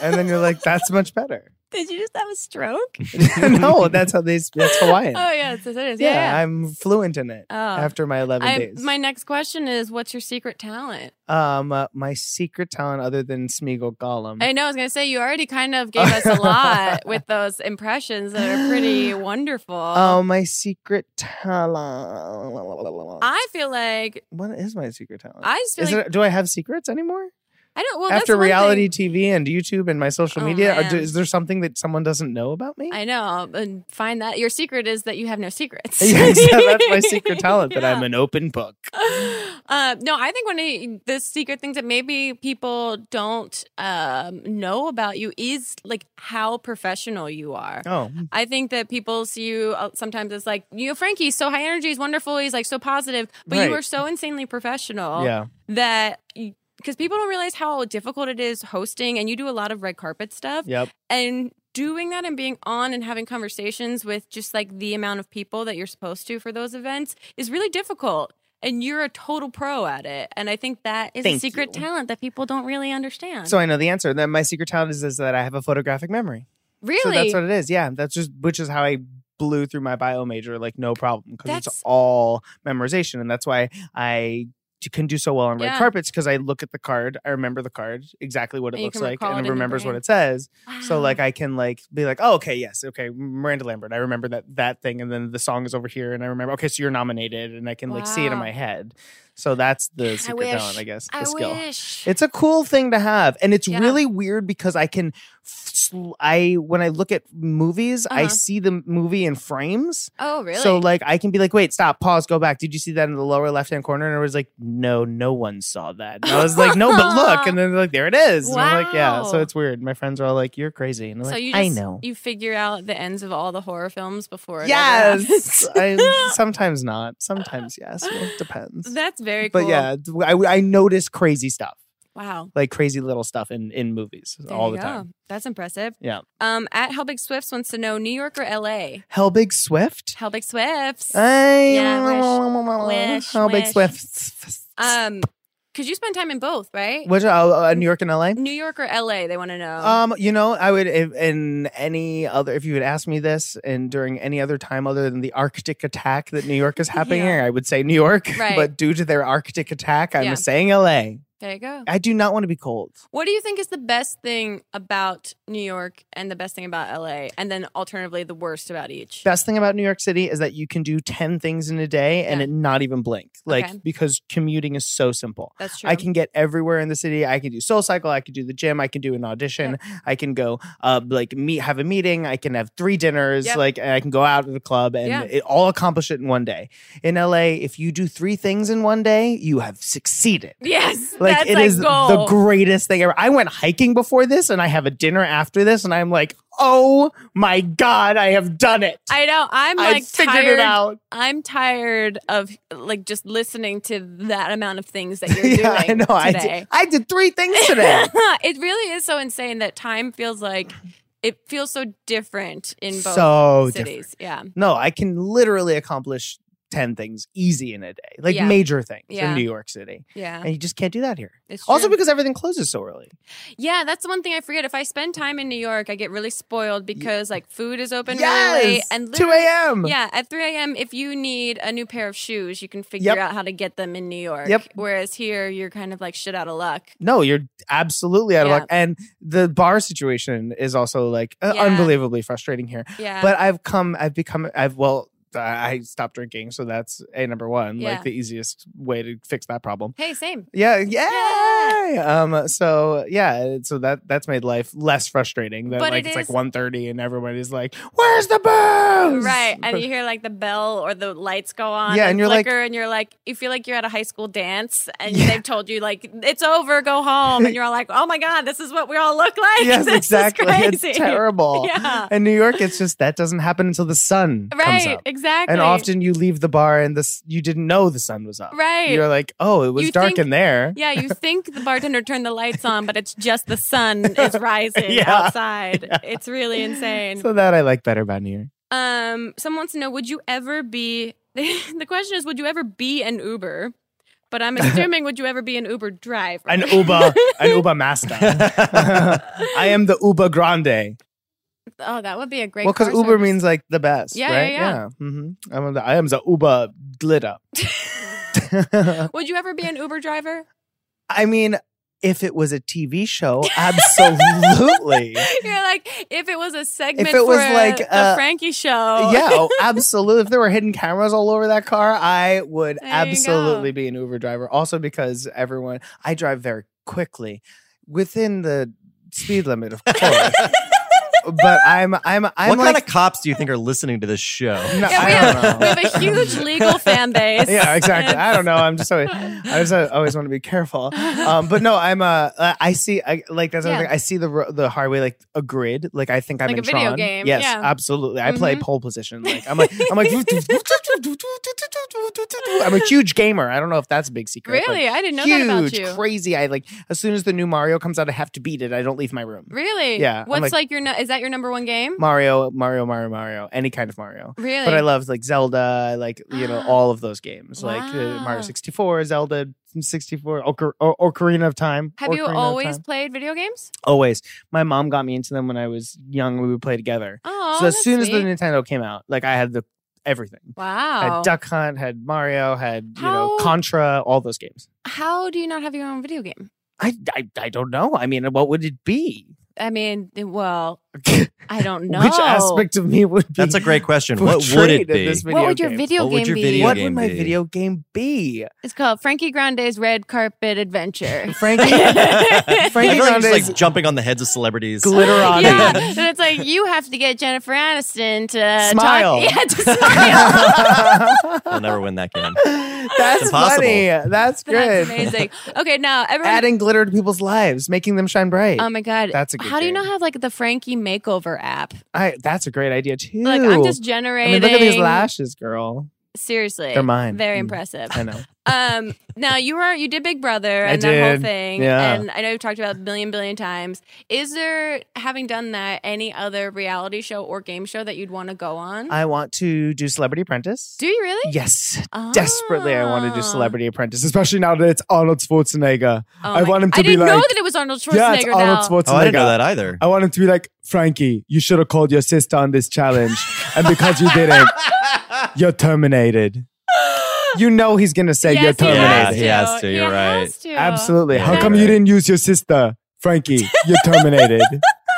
S2: and then you're like that's much better
S1: Did you just have a stroke?
S2: no, that's how they. s- That's Hawaiian.
S1: oh yeah, that's what it is.
S2: yeah,
S1: Yeah. yeah.
S2: I'm fluent in it.
S1: Oh.
S2: After my 11
S1: I-
S2: days,
S1: my next question is, what's your secret talent?
S2: um, uh, my secret talent other than Smeagol Gollum.
S1: I know. I was gonna say you already kind of gave us a lot with those impressions that are pretty
S2: Um,
S1: wonderful.
S2: Oh, my secret talent.
S1: I feel like
S2: what is my secret talent?
S1: I just feel
S2: is
S1: like
S2: it, do I have secrets anymore?
S1: I don't. Well,
S2: After
S1: that's one
S2: reality TV and YouTube and my social
S1: Oh,
S2: media, are- do-
S1: man.
S2: is there something that someone doesn't know about me?
S1: thing- I know, and find that your secret is that you have no secrets.
S2: yeah, exactly. that's my secret talent. That
S1: Yeah.
S2: I'm an open book.
S1: Uh, no, I think one of the- the secret things that maybe people don't um, know about you is like how professional you are.
S2: Oh,
S1: I think that people see you uh, sometimes as like, you know, Frankie's so high energy, he's wonderful, he's like so positive, but you
S2: Right.
S1: are so insanely professional
S2: yeah.
S1: that because people don't realize how difficult it is hosting, and you do a lot of red carpet stuff,
S2: Yep.
S1: and doing that and being on and having conversations with just like the amount of people that you're supposed to for those events is really difficult. And you're a total pro at it, and I think that is a
S2: Thank
S1: secret
S2: you.
S1: talent that people don't really understand.
S2: So I know the answer. Then my secret talent is, is that I have a photographic memory.
S1: really,
S2: So that's what it is. Yeah, that's just which is how I blew through my bio major like no problem because
S1: That's-
S2: it's all memorization, and that's why I d- can do so well on red
S1: Yeah.
S2: carpets because I look at the card, I remember the card exactly what it
S1: And you
S2: looks
S1: can
S2: like,
S1: recall it in Ah.
S2: and it
S1: your
S2: remembers what
S1: brain.
S2: it says. So
S1: Wow.
S2: like I can like be like, oh okay, yes, okay, Miranda Lambert, I remember that that thing, and then the song is over here, and I remember okay, so you're nominated, and I can like see it in
S1: Wow.
S2: my head. So that's the secret
S1: wish.
S2: talent, I guess. The
S1: I
S2: skill.
S1: wish.
S2: It's a cool thing to have, and it's
S1: Yeah.
S2: really weird because I can, f- sl- I when I look at movies, I
S1: Uh-huh.
S2: see the movie in frames.
S1: oh, really?
S2: So like I can be like, wait, stop, pause, go back. Did you see that in the lower left hand corner? And I was like, no, no one saw that. And I was like, no, but look. And then they're like, there it is. And I'm like, yeah. So
S1: Wow.
S2: it's weird. My friends are all like, you're crazy. And I'm
S1: So
S2: like,
S1: you
S2: I
S1: just
S2: know.
S1: you figure out the ends of all the horror films before it ever
S2: Yes.
S1: happens.
S2: I, sometimes not. Sometimes yes. It depends.
S1: That's very cool.
S2: But yeah, I, I notice crazy stuff,
S1: Wow.
S2: like crazy little stuff in, in movies
S1: There
S2: all
S1: you
S2: the
S1: go.
S2: time.
S1: That's impressive.
S2: Yeah.
S1: Um, at Helbig Swifts wants to know New York or LA?
S2: Hellbig Swift.
S1: Helbig Swifts.
S2: I
S1: Yeah, wish,
S2: Hellbig
S1: wish.
S2: Swift.
S1: um, because you spend time in both, right?
S2: Which uh, uh, New York and LA?
S1: New York or LA? They want to know.
S2: Um, you know, I would if, in any other if you had asked me this and during any other time other than the Arctic attack that New York is happening
S1: Yeah.
S2: here, I would say New York.
S1: Right.
S2: But due to their Arctic attack, I'm
S1: Yeah.
S2: saying LA.
S1: there you go.
S2: I do not want to be cold.
S1: What do you think is the best thing about New York and the best thing about LA, and then alternatively the worst about each?
S2: Best thing about New York City is that you can do 10 things in a day and
S1: Yeah.
S2: it not even blink. Like
S1: Okay.
S2: because commuting is so simple.
S1: That's true.
S2: I can get everywhere in the city. I can do Soul Cycle. I can do the gym. I can do an audition. I can go uh, like meet, have a meeting. I can have three dinners.
S1: Yep.
S2: Like and I can go out to the club and
S1: Yeah.
S2: it, all accomplish it in one day. In LA, if you do three things in one day, you have succeeded.
S1: yes,
S2: Like
S1: that's
S2: it
S1: a
S2: is
S1: goal.
S2: the greatest thing ever. I went hiking before this, and I have a dinner after this, and I'm like, oh my god, I have done it.
S1: I know. I'm
S2: I
S1: like
S2: figured
S1: tired.
S2: it out.
S1: I'm tired of like just listening to that amount of things that you're
S2: yeah,
S1: doing
S2: I know. I
S1: today.
S2: did, I did three things today.
S1: it really is so insane that time feels like it feels so different in both
S2: so different.
S1: cities. Yeah.
S2: No, I can literally accomplish 10 things easy in a day, like
S1: Yeah.
S2: major things
S1: Yeah.
S2: in New York City.
S1: Yeah.
S2: And you just can't do that here.
S1: It's
S2: Also,
S1: true.
S2: because everything closes so early.
S1: yeah, that's the one thing I forget. If I spend time in New York, I get really spoiled because like food is open really late and
S2: 2
S1: literally-
S2: a.m.
S1: Yeah, at 3 a.m., if you need a new pair of shoes, you can figure
S2: Yep.
S1: out how to get them in New York.
S2: Yep.
S1: Whereas here, you're kind of like shit out of luck.
S2: No, you're absolutely out of
S1: Yeah.
S2: luck. And the bar situation is also like uh,
S1: Yeah.
S2: unbelievably frustrating here.
S1: Yeah.
S2: But I've come, I've become, I've, well, I I stopped drinking. So that's a number one,
S1: Yeah.
S2: like the easiest way to fix that problem.
S1: hey, same.
S2: Yeah, yeah. Um, so yeah, so that that's made life less frustrating. That
S1: But
S2: like
S1: it is-
S2: it's like 1.30 and everybody's like, "Where's the booze?"
S1: Right. And you hear like the bell or the lights go on.
S2: Yeah,
S1: and,
S2: and you're like-
S1: flicker, and you're like, you feel like you're at a high school dance and
S2: Yeah.
S1: they've told you, like, it's over, go home. And you're all like, oh my God, this is what we all look like.
S2: yes,
S1: This is
S2: exactly. It's
S1: crazy.
S2: terrible.
S1: Yeah.
S2: In New York, it's just that doesn't happen until the sun comes
S1: Right.
S2: up.
S1: Exactly.
S2: And often you leave the bar and this you didn't know the sun was up.
S1: Right.
S2: You're like, "Oh, it was
S1: You
S2: dark
S1: think-
S2: in there."
S1: yeah, you think the bartender turned the lights on, but it's just the sun is rising
S2: Yeah.
S1: outside. It's really insane.
S2: So that I like better about New York.
S1: um, someone wants to know, would you ever be the question is, would you ever be an Uber? But I'm assuming would you ever be an Uber driver?
S2: An Uber, an Uber master. I am the Uber grande.
S1: Oh, that would be a great.
S2: Well, because
S1: car
S2: Uber
S1: service.
S2: means like the best,
S1: Yeah,
S2: right?
S1: yeah, yeah.
S2: hmm I'm the, I am the Uber glitter.
S1: Would you ever be an Uber driver?
S2: I mean, if it was a TV show, absolutely.
S1: You're like, if it was a segment,
S2: If it was
S1: for
S2: like,
S1: a, the
S2: uh,
S1: Frankie show,
S2: yeah, oh, absolutely. If there were hidden cameras all over that car, I would
S1: There you
S2: absolutely be an Uber driver. Also, because everyone, I drive very quickly within the speed limit, of course. but I'm, I'm, I'm
S3: what
S2: like,
S3: kind of cops do you think are listening to this show?
S2: no,
S1: Yeah,
S2: I
S1: we,
S2: don't
S1: have,
S2: know.
S1: we have a huge legal fan base.
S2: yeah, exactly. I don't know. I'm just always, I just always want to be careful. Um, but no, I'm uh, uh, I see I, like that's another
S1: Yeah.
S2: thing. I see the ro- the highway like a grid. Like I think I'm
S1: Like a
S2: in
S1: video
S2: Tron.
S1: game,
S2: Yes,
S1: yeah.
S2: absolutely. I play
S1: Mhm.
S2: pole position. Like I'm like I'm like I'm a huge gamer. I don't know if that's a big secret. but
S1: Really, I didn't know
S2: huge,
S1: that about you.
S2: crazy. I like as soon as the new Mario comes out, I have to beat it. I don't leave my room.
S1: really?
S2: Yeah, I'm
S1: What's like,
S2: like-
S1: your? nu- Is that your number one game?
S2: Mario, Mario, Mario, Mario, any kind of Mario.
S1: really?
S2: But I loved like Zelda, I like you know all of those games, like uh,
S1: Wow.
S2: Mario sixty four, Zelda sixty four, Ocar- O- Ocarina of Time.
S1: have you
S2: Ocarina of
S1: always
S2: Time.
S1: played video games?
S2: always? My mom got me into them when I was young. We would play together.
S1: Oh,
S2: so as
S1: that's
S2: soon as
S1: sweet.
S2: the Nintendo came out, like I had the everything.
S1: wow,
S2: Had Duck Hunt, had Mario, had you know
S1: Oh. How-
S2: Contra, all those games.
S1: how do you not have your own video game?
S2: I, I I don't know. I mean, what would it be?
S1: I mean, well, I don't know.
S2: Which aspect of me would be?
S3: That's a great question. What would it
S2: portrayed in
S3: be?
S2: this
S1: what would your
S2: game.
S1: video
S3: What
S1: game
S3: would your
S1: be?
S3: video
S2: What would
S3: game
S2: my
S3: be?
S2: video game be?
S1: It's called Frankie Grande's Red Carpet Adventure.
S2: Frankie,
S1: I
S3: I
S2: Frankie
S3: feel like
S2: Grande's
S3: just like jumping on the heads of celebrities.
S2: glitter on
S1: yeah,
S2: it.
S1: and it's like you have to get Jennifer Aniston to
S2: Smile.
S1: Talk, yeah, to smile.
S3: I'll never win that game.
S2: That's
S3: impossible.
S2: funny. That's good.
S1: That's amazing. Okay, now everyone.
S2: Adding glitter to people's lives, making them shine bright.
S1: oh my god,
S2: That's a good
S1: how do you
S2: game.
S1: not have like the Frankie Makeover app?
S2: I, that's a great idea too.
S1: Like I'm just
S2: I
S1: generating.
S2: mean, look at these lashes, girl.
S1: Seriously,
S2: They're mine.
S1: Eh, Very
S2: Mm.
S1: impressive.
S2: I know.
S1: Um, now you were you did Big Brother
S2: I
S1: and that whole
S2: did.
S1: thing,
S2: Yeah.
S1: and I know you've talked about it a million billion times. Is there, having done that, any other reality show or game show that you'd want to go on?
S2: I want to do Celebrity Apprentice.
S1: Do you really? Ah.
S2: yes, desperately, I want to do Celebrity Apprentice, especially now that it's Arnold Schwarzenegger.
S1: Oh
S2: I
S1: my-
S2: want him to
S1: I
S2: be
S1: didn't know
S2: like-
S1: that it was Arnold Schwarzenegger.
S2: Yeah, it's Arnold
S1: now.
S2: Schwarzenegger.
S3: Oh, I didn't know that either.
S2: I want him to be like, Frankie, you should have called your sister on this challenge. And because you didn't, you're terminated. You know he's going to say
S1: yes,
S2: you're
S1: he has
S2: terminated.
S3: He has to,
S1: He
S3: you're right.
S1: has to.
S2: Absolutely.
S3: Yeah,
S2: How
S3: you're
S2: come
S3: right.
S2: you didn't use your sister, Frankie? You're terminated.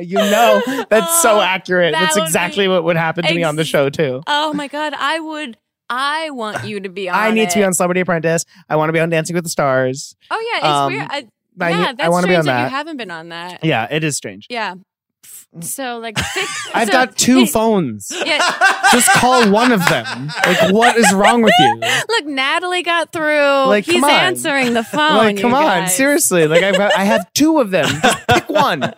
S2: you know, that's so
S1: Oh,
S2: accurate.
S1: that
S2: That's
S1: would
S2: exactly
S1: be
S2: what would happen to me on the
S1: ex-
S2: show, too.
S1: Oh my god, I would. I want you to be on.
S2: I need to be
S1: it.
S2: on Celebrity Apprentice. I want to be on Dancing with the Stars.
S1: Oh yeah, it's
S2: um,
S1: weird. I,
S2: I,
S1: yeah,
S2: need- I
S1: that's
S2: want
S1: strange
S2: to be on
S1: that,
S2: that.
S1: you haven't been on that.
S2: yeah, it is strange.
S1: Yeah. So like six.
S2: I've
S1: so-
S2: got two phones.
S1: Yeah,
S2: Just call one of them. Like, what is wrong with you?
S1: Look, Natalie got through.
S2: Like,
S1: He's
S2: come on.
S1: answering the phone.
S2: like,
S1: you
S2: come on,
S1: guys.
S2: seriously. Like, I've got, I have two of them. Just pick one.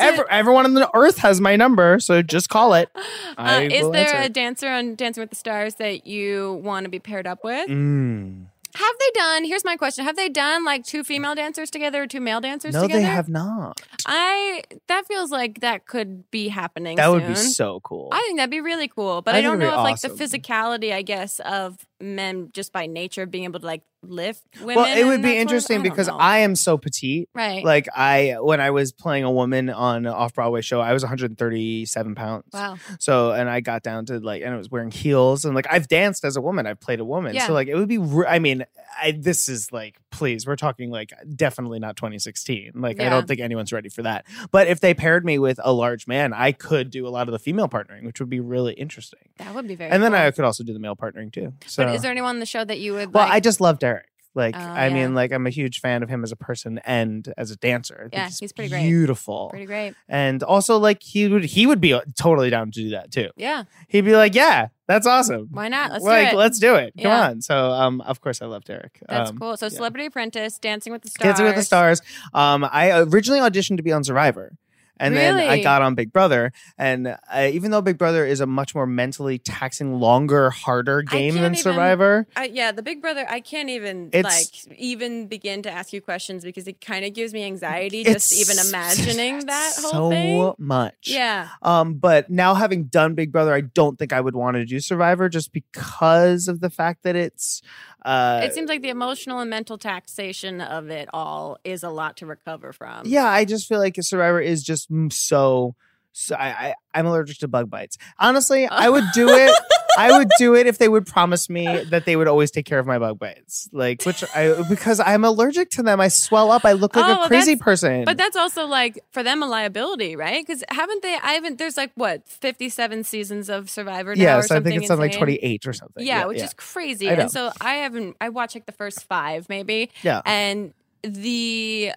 S2: Every, everyone on the earth has my number, so just call it.
S1: Uh,
S2: I
S1: is
S2: will
S1: there a
S2: answer.
S1: dancer on Dancing with the Stars that you want to be paired up with?
S2: Mm.
S1: Have they done? Here's my question: Have they done like two female dancers together or two male dancers
S2: No,
S1: together?
S2: they have not.
S1: I that feels like that could be happening.
S2: That would be
S1: soon.
S2: so cool.
S1: I think that'd be really cool, but I,
S2: I think
S1: don't know
S2: it'd
S1: if
S2: be
S1: like the
S2: awesome.
S1: physicality, I guess, of men just by nature being able to like lift women.
S2: well, it
S1: and
S2: would
S1: that
S2: be
S1: sort of-
S2: interesting
S1: I don't
S2: because
S1: know.
S2: I am so petite.
S1: right,
S2: Like I, when I was playing a woman on an off Broadway show, I was 137 pounds.
S1: wow,
S2: So, and I got down to like, and I was wearing heels, and like I've danced as a woman, I've played a woman.
S1: Yeah.
S2: So, like, it would be, re- I mean, I, this is like, please, we're talking like definitely not 2016. Like, I
S1: Yeah.
S2: don't think anyone's ready for that. But if they paired me with a large man, I could do a lot of the female partnering, which would be really interesting.
S1: that would be very.
S2: and then
S1: cool.
S2: I could also do the male partnering too. So,
S1: But is there anyone on the show that you would?
S2: well,
S1: like,
S2: I just love Derek. Like,
S1: Oh,
S2: I
S1: yeah.
S2: mean, like, I'm a huge fan of him as a person and as a dancer. I think
S1: Yeah, he's pretty great.
S2: Beautiful.
S1: pretty great.
S2: And also, like, he would, he would be uh, totally down to do that too
S1: Yeah,
S2: he'd be like, "Yeah, that's awesome.
S1: why not? Let's
S2: like,
S1: do it.
S2: let's do it. Come
S1: Yeah.
S2: on." So, um, of course, I love Derek.
S1: That's
S2: um,
S1: cool. So,
S2: yeah.
S1: Celebrity Apprentice, Dancing with the Stars,
S2: Dancing with the Stars. Um, I originally auditioned to be on Survivor. And then I
S1: Really?
S2: got on Big Brother, and uh, even though Big Brother is a much more mentally taxing, longer, harder game
S1: can't
S2: than
S1: even-
S2: Survivor,
S1: I, yeah, the Big Brother. I can't even
S2: It's-
S1: like even begin to ask you questions because it kind of gives me anxiety
S2: it's
S1: just even imagining that whole
S2: so
S1: thing.
S2: much.
S1: Yeah,
S2: Um, but now having done Big Brother, I don't think I would want to do Survivor just because of the fact that it's uh,
S1: it seems like the emotional and mental taxation of it all is a lot to recover from.
S2: yeah, I just feel like Survivor is just m- so. so I, I I'm allergic to bug bites. Honestly, I would do it. I would do it if they would promise me that they would always take care of my bug bites, like which I because I'm allergic to them. I swell up. I look like
S1: Oh,
S2: a
S1: well,
S2: crazy
S1: that's-
S2: person.
S1: But that's also like for them a liability, right? Because haven't they? I haven't. There's like what 57 seasons of Survivor. Now or
S2: yes, I
S1: something
S2: think it's on like
S1: insane?
S2: 28 or something.
S1: Yeah, which is crazy.
S2: I know.
S1: And so I haven't. I watched like the first five, maybe.
S2: Yeah.
S1: And the,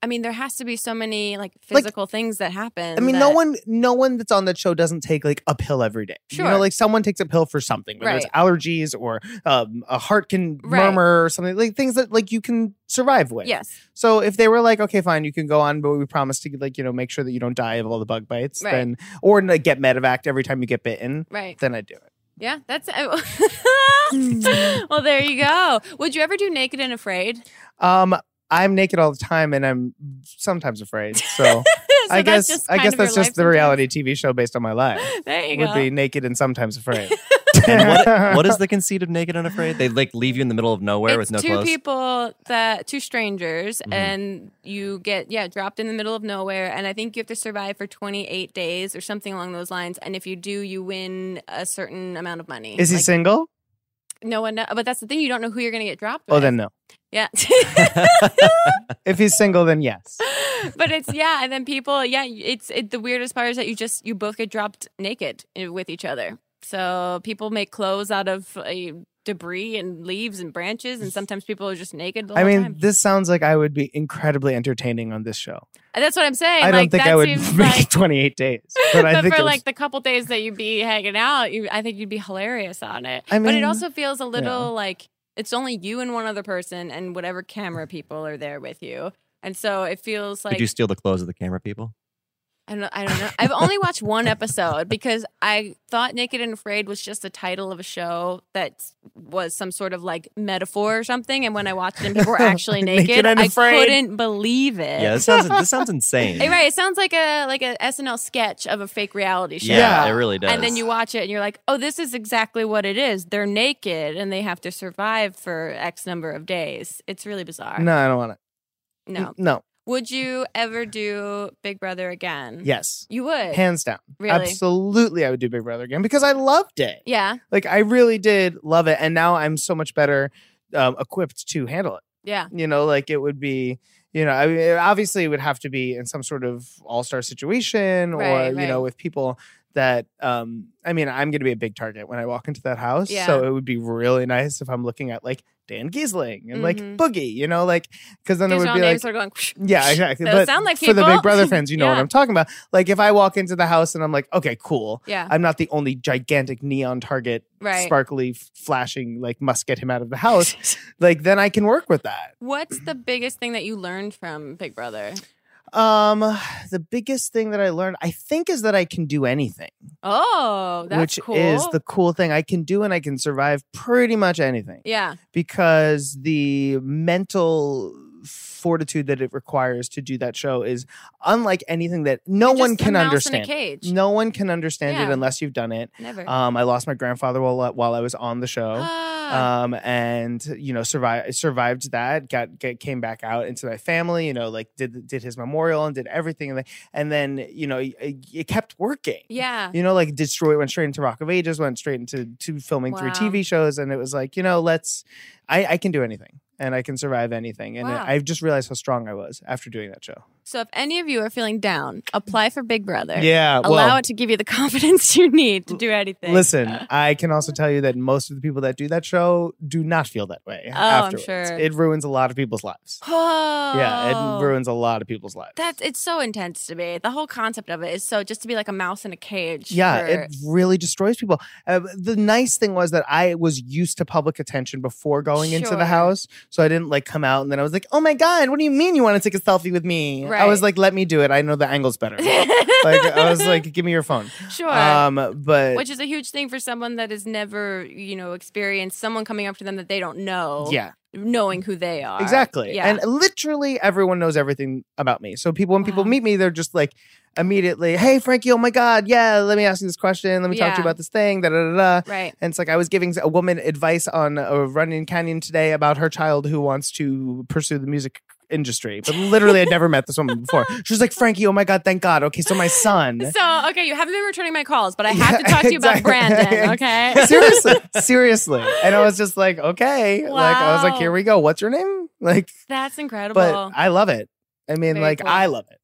S1: I mean, there has to be so many like physical things that happen.
S2: I mean, no
S1: that-
S2: one, no one that's on that show doesn't take like a pill every day. You know,
S1: Sure.
S2: like someone takes a pill for something, whether it's
S1: Right.
S2: allergies or um, a heart can
S1: Right.
S2: murmur or something like things that like you can survive with.
S1: Yes.
S2: So if they were like, okay, fine, you can go on, but we promise to like you know make sure that you don't die of all the bug bites,
S1: Right.
S2: then or like, get medevac every time you get bitten,
S1: Right.
S2: then I'd do it.
S1: Yeah. That's. well, there you go. Would you ever do Naked and Afraid?
S2: Um, I'm naked all the time, and I'm sometimes afraid. So,
S1: So
S2: I
S1: that's
S2: guess
S1: just
S2: I
S1: kind
S2: guess
S1: of your
S2: that's just
S1: life
S2: the
S1: sometimes.
S2: reality TV show based on my life.
S1: There you
S2: Would
S1: go.
S2: be naked and sometimes afraid.
S3: and what, what is the conceit of Naked and Afraid? They like leave you in the middle of nowhere
S1: it's
S3: with no
S1: two
S3: clothes.
S1: people that two strangers
S2: Mm-hmm.
S3: Mhm.
S1: and you get yeah dropped in the middle of nowhere and i think you have to survive for 28 days or something along those lines and if you do you win a certain amount of money
S2: Is he
S1: Like,
S2: single?
S1: no one kno- but that's the thing you don't know who you're gonna get dropped
S2: Oh,
S1: with
S2: then no.
S1: yeah
S2: If he's single, then yes.
S1: but it's yeah, and then people, yeah, it's it, the weirdest part is that you just you both get dropped naked i- with each other. So people make clothes out of uh, debris and leaves and branches, and sometimes people are just naked. The
S2: I
S1: whole
S2: mean,
S1: time.
S2: this sounds like I would be incredibly entertaining on this show.
S1: And that's what I'm saying.
S2: I don't
S1: like,
S2: think
S1: that
S2: I would
S1: seems
S2: make
S1: like,
S2: it 28 days, but I
S1: but
S2: think
S1: for
S2: it was-
S1: like the couple days that you'd be hanging out, you, I think you'd be hilarious on it.
S2: I
S1: but it
S2: mean,
S1: also feels a little
S2: yeah.
S1: like it's only you and one other person, and whatever camera people are there with you. And so it feels like
S3: Did you steal the clothes of the camera people?
S1: I don't, I don't know. I've only watched one episode because I thought Naked and Afraid was just the title of a show that was some sort of like metaphor or something. And when I watched it and people were actually naked,
S2: Naked and
S1: I
S2: Afraid.
S1: couldn't believe it.
S3: Yeah, this sounds this sounds insane.
S1: Hey, right. It sounds like a like a SNL sketch of a fake reality show.
S3: Yeah,
S2: Yeah.
S3: it really does.
S1: And then you watch it and you're like, oh, this is exactly what it is. They're naked and they have to survive for X number of days. It's really bizarre.
S2: no, I don't want to.
S1: No.
S2: no,
S1: Would you ever do Big Brother again?
S2: yes,
S1: You would.
S2: hands down,
S1: Really?
S2: absolutely, I would do Big Brother again because I loved it.
S1: yeah.
S2: Like I really did love it, and now I'm so much better um, equipped to handle it.
S1: Yeah.
S2: You know, like it would be, you know, I mean, it obviously would have to be in some sort of all star situation,
S1: Right,
S2: or you
S1: right.
S2: know, with people that um i mean i'm going to be a big target when i walk into that house so
S1: Yeah.
S2: it would be really nice if i'm looking at like dan giesling and like
S1: Mhm.
S2: boogie you know like because then
S1: These
S2: it would
S1: all
S2: be like
S1: names are going.
S2: Yeah, exactly.
S1: Those
S2: but
S1: sound like
S2: for the Big
S1: people.
S2: Brother fans, you know what
S1: Yeah.
S2: I'm talking about. Like if I walk into the house and I'm like, okay, cool.
S1: Yeah,
S2: I'm not the only gigantic neon target,
S1: right.
S2: sparkly, f- flashing, like must get him out of the house. like then I can work with that.
S1: What's the biggest thing that you learned from Big Brother?
S2: Um, the biggest thing that I learned, I think, is that I can do anything,
S1: Oh, that's
S2: which
S1: cool.
S2: is the cool thing. I can do and I can survive pretty much anything
S1: yeah,
S2: because the mental fortitude that it requires to do that show is unlike anything that no
S1: You're
S2: one
S1: just a
S2: can
S1: mouse
S2: understand.
S1: In a cage.
S2: No one can understand it
S1: Yeah.
S2: unless you've done it.
S1: Never.
S2: Um, I lost my grandfather while while I was on the show.
S1: Ah,
S2: Um, and you know survived survived that got, get came back out into my family you know like did did his memorial and did everything and, like- and then you know it, it kept working
S1: yeah,
S2: you know like destroy went straight into Rock of Ages went straight into to filming three
S1: Wow.
S2: TV shows and it was like you know let's I I can do anything and I can survive anything and
S1: Wow.
S2: I I've just realized how strong I was after doing that show
S1: So if any of you are feeling down, apply for Big Brother.
S2: yeah
S1: Allow it to give you the confidence you need to do anything.
S2: Listen, I can also tell you that most of the people that do that show do not feel that way.
S1: Oh, I'm
S2: afterwards.
S1: sure.
S2: It ruins a lot of people's lives.
S1: Oh,
S2: Yeah, it ruins a lot of people's lives.
S1: That's it's so intense to me. The whole concept of it is so just to be like a mouse in a cage.
S2: yeah,
S1: for-
S2: it really destroys people. Uh, the nice thing was that I was used to public attention before going into
S1: Sure.
S2: the house, so I didn't like come out and then I was like, "Oh my god, what do you mean you want to take a selfie with me?" I was
S1: Right.
S2: like, "Let me do it. I know the angle's better." like I was like, "Give me your phone."
S1: sure.
S2: Um, but
S1: which is a huge thing for someone that has never, you know, experienced someone coming up to them that they don't know,
S2: yeah,
S1: knowing who they are.
S2: Exactly.
S1: Yeah.
S2: And uh, literally everyone knows everything about me. So people when people
S1: Wow.
S2: meet me, they're just like immediately, hey Frankie, oh my God, yeah, let me ask you this question. Let me talk to
S1: Yeah.
S2: you about this thing. Da da da da.
S1: right.
S2: And it's like I was giving a woman advice on a run in canyon today about her child who wants to pursue the music industry. But literally I'd never met this woman before. She was like, Frankie, oh my God, thank God. Okay, so my son.
S1: So, okay, you haven't been returning my calls, but I have to
S2: Yeah,
S1: talk to you about
S2: exactly.
S1: Brandon, okay?
S2: seriously, seriously. And I was just like, okay. Like I was like,
S1: Wow.
S2: here we go. What's your name? Like
S1: That's incredible.
S2: but I love it. I mean,
S1: Very
S2: like
S1: cool.
S2: I love it.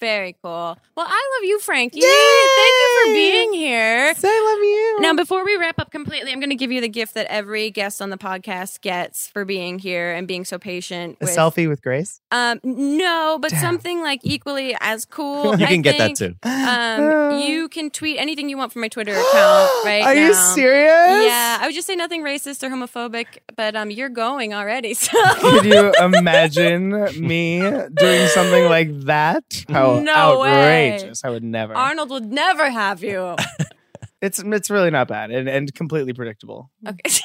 S1: Very cool. Well, I love you, Frankie. Thank you for being here.
S2: Say I love you.
S1: Now, before we wrap up completely, I'm going to give you the gift that every guest on the podcast gets for being here and being so patient.
S2: a
S1: With,
S2: selfie with Grace.
S1: Um, no, but
S2: Damn.
S1: something like equally as cool.
S3: You
S1: I
S3: can get that
S1: think.
S3: too.
S1: Um, you can tweet anything you want from my Twitter account right
S2: Are
S1: now.
S2: you serious?
S1: Yeah, I would just say nothing racist or homophobic, but um, you're going already. So
S2: Could you imagine me doing something like that? How
S1: No way.
S2: outrageous! I would never.
S1: Arnold would never have you.
S2: it's it's really not bad and, and completely predictable.
S1: Okay.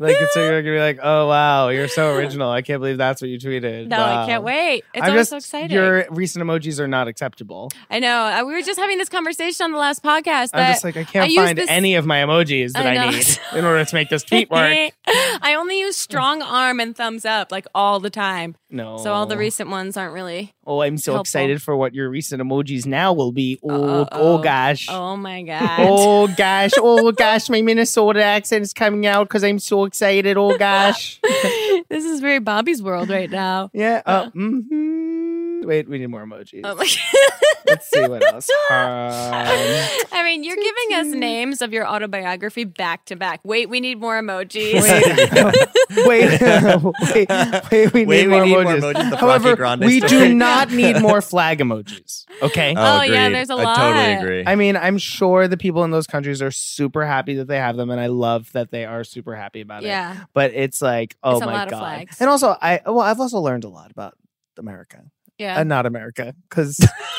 S2: Like it's so you're gonna be like, oh wow, you're so original. I can't believe that's what you tweeted.
S1: no, I
S2: Wow.
S1: can't wait. It's
S2: I'm
S1: always
S2: just
S1: so exciting.
S2: your recent emojis are not acceptable.
S1: I know. I, we were just having this conversation on the last podcast.
S2: I'm
S1: That
S2: just like I can't
S1: use
S2: find
S1: this-
S2: any of my emojis that
S1: I
S2: I,
S1: know.
S2: need in order to make this tweet work.
S1: I only use strong arm and thumbs up like all the time.
S2: No.
S1: So all the recent ones aren't really.
S2: Oh, I'm so
S1: Helpful.
S2: excited for what your recent emojis now will be. Oh,
S1: Uh-oh.
S2: oh gosh. Oh.
S1: Oh my god.
S2: gosh, oh gosh, my Minnesota accent is coming out because I'm so excited. Oh gosh. Uh-huh.
S1: this is very Bobby's world right now.
S2: Yeah. Uh, mhm. wait, we need more emojis.
S1: Oh my
S2: Let's see what else. Um,
S1: I mean, you're giving us names of your autobiography back to back. Wait, we need more emojis.
S2: wait, wait, wait, we need,
S3: Wait, we
S2: more,
S3: need more
S2: emojis.
S3: emojis, the Rocky
S2: However,
S3: Grande
S2: we
S3: story.
S2: do not need more flag emojis. Okay.
S1: Oh, yeah, there's a
S3: I totally
S1: lot.
S3: agree.
S2: I mean, I'm sure the people in those countries are super happy that they have them, and I love that they are super happy about it.
S1: yeah.
S2: But it's like, oh
S1: It's a
S2: my
S1: lot of
S2: god!
S1: flags.
S2: And also, I well, I've also learned a lot about America
S1: Yeah.
S2: and Uh, not America because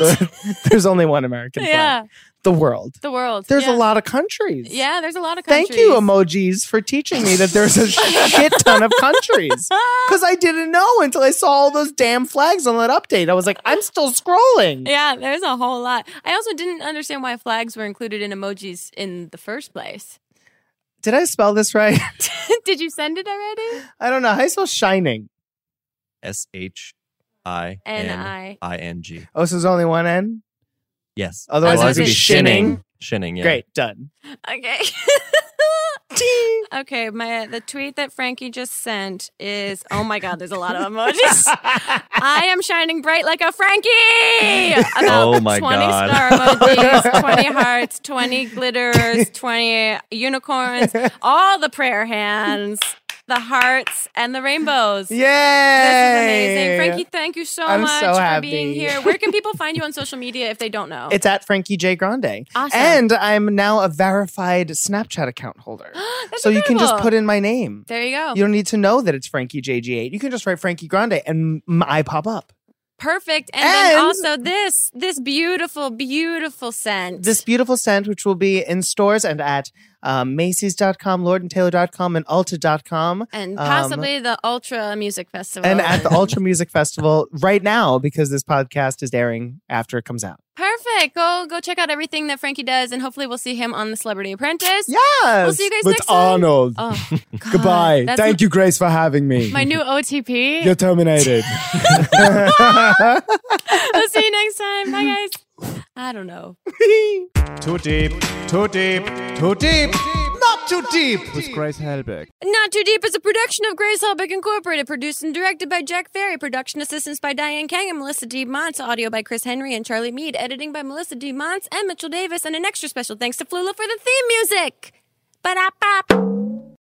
S2: there's only one American flag.
S1: yeah.
S2: The world.
S1: The world.
S2: There's
S1: yeah.
S2: a lot of countries.
S1: Yeah, there's a lot of countries.
S2: Thank you, emojis, for teaching me that there's a shit ton of countries.
S1: Ah,
S2: Because I didn't know until I saw all those damn flags on that update. I was like, I'm still scrolling.
S1: yeah, there's a whole lot. I also didn't understand why flags were included in emojis in the first place.
S2: Did I spell this right?
S1: Did you send it already?
S2: I don't know. How do you spell shining?
S3: S H I
S1: And
S3: N
S1: I.
S3: I N G.
S2: Oh, so there's only one N?
S3: Yes.
S2: Otherwise
S1: Otherwise
S3: it'd
S1: it's
S3: be
S2: shinning.
S3: shinning. Shinning. Yeah.
S2: Great, done.
S1: Okay. okay, my the tweet that Frankie just sent is oh my god, there's a lot of emojis. I am shining bright like a Frankie. About
S3: Oh my
S1: 20
S3: God.
S1: star emojis, 20 hearts, 20 glitters, 20 unicorns, all the prayer hands, the hearts, and the rainbows.
S2: Yay!
S1: This is amazing. Frankie, thank you so
S2: I'm
S1: much
S2: so
S1: for
S2: happy.
S1: being here. Where can people find you on social media if they don't know?
S2: It's at Frankie J. Grande.
S1: Awesome.
S2: And I'm now a verified Snapchat account holder.
S1: That's
S2: so you can just
S1: incredible.
S2: put in my name.
S1: There you go.
S2: You don't need to know that it's Frankie JG8. You can just write Frankie Grande and m- I pop up.
S1: Perfect. And, then
S2: And-
S1: also this this beautiful, beautiful scent.
S2: This beautiful scent, which will be in stores and at um, Macy's.com, LordandTaylor.com, and Ulta.com.
S1: and
S2: um,
S1: possibly the Ultra Music Festival.
S2: And at the Ultra Music Festival right now, because this podcast is airing after it comes out.
S1: Perfect. Go go check out everything that Frankie does and hopefully we'll see him on the Celebrity Apprentice.
S2: Yes.
S1: We'll see you guys next time.
S5: Arnold,
S1: Oh, God.
S5: goodbye.
S1: That's
S5: Thank you, Grace, for having me.
S1: My new OTP.
S5: You're terminated.
S1: we'll see you next time. Bye guys. I don't know.
S6: Too deep, too deep, too deep, not too deep with Grace Helbig.
S1: Not Too Deep is a production of Grace Helbig Incorporated, produced and directed by Jack Ferry, production assistance by Diane Kang and Melissa D. Montz, audio by Chris Henry and Charlie Mead, editing by Melissa D. Montz and Mitchell Davis, and an extra special thanks to Flula for the theme music. Ba-da-ba.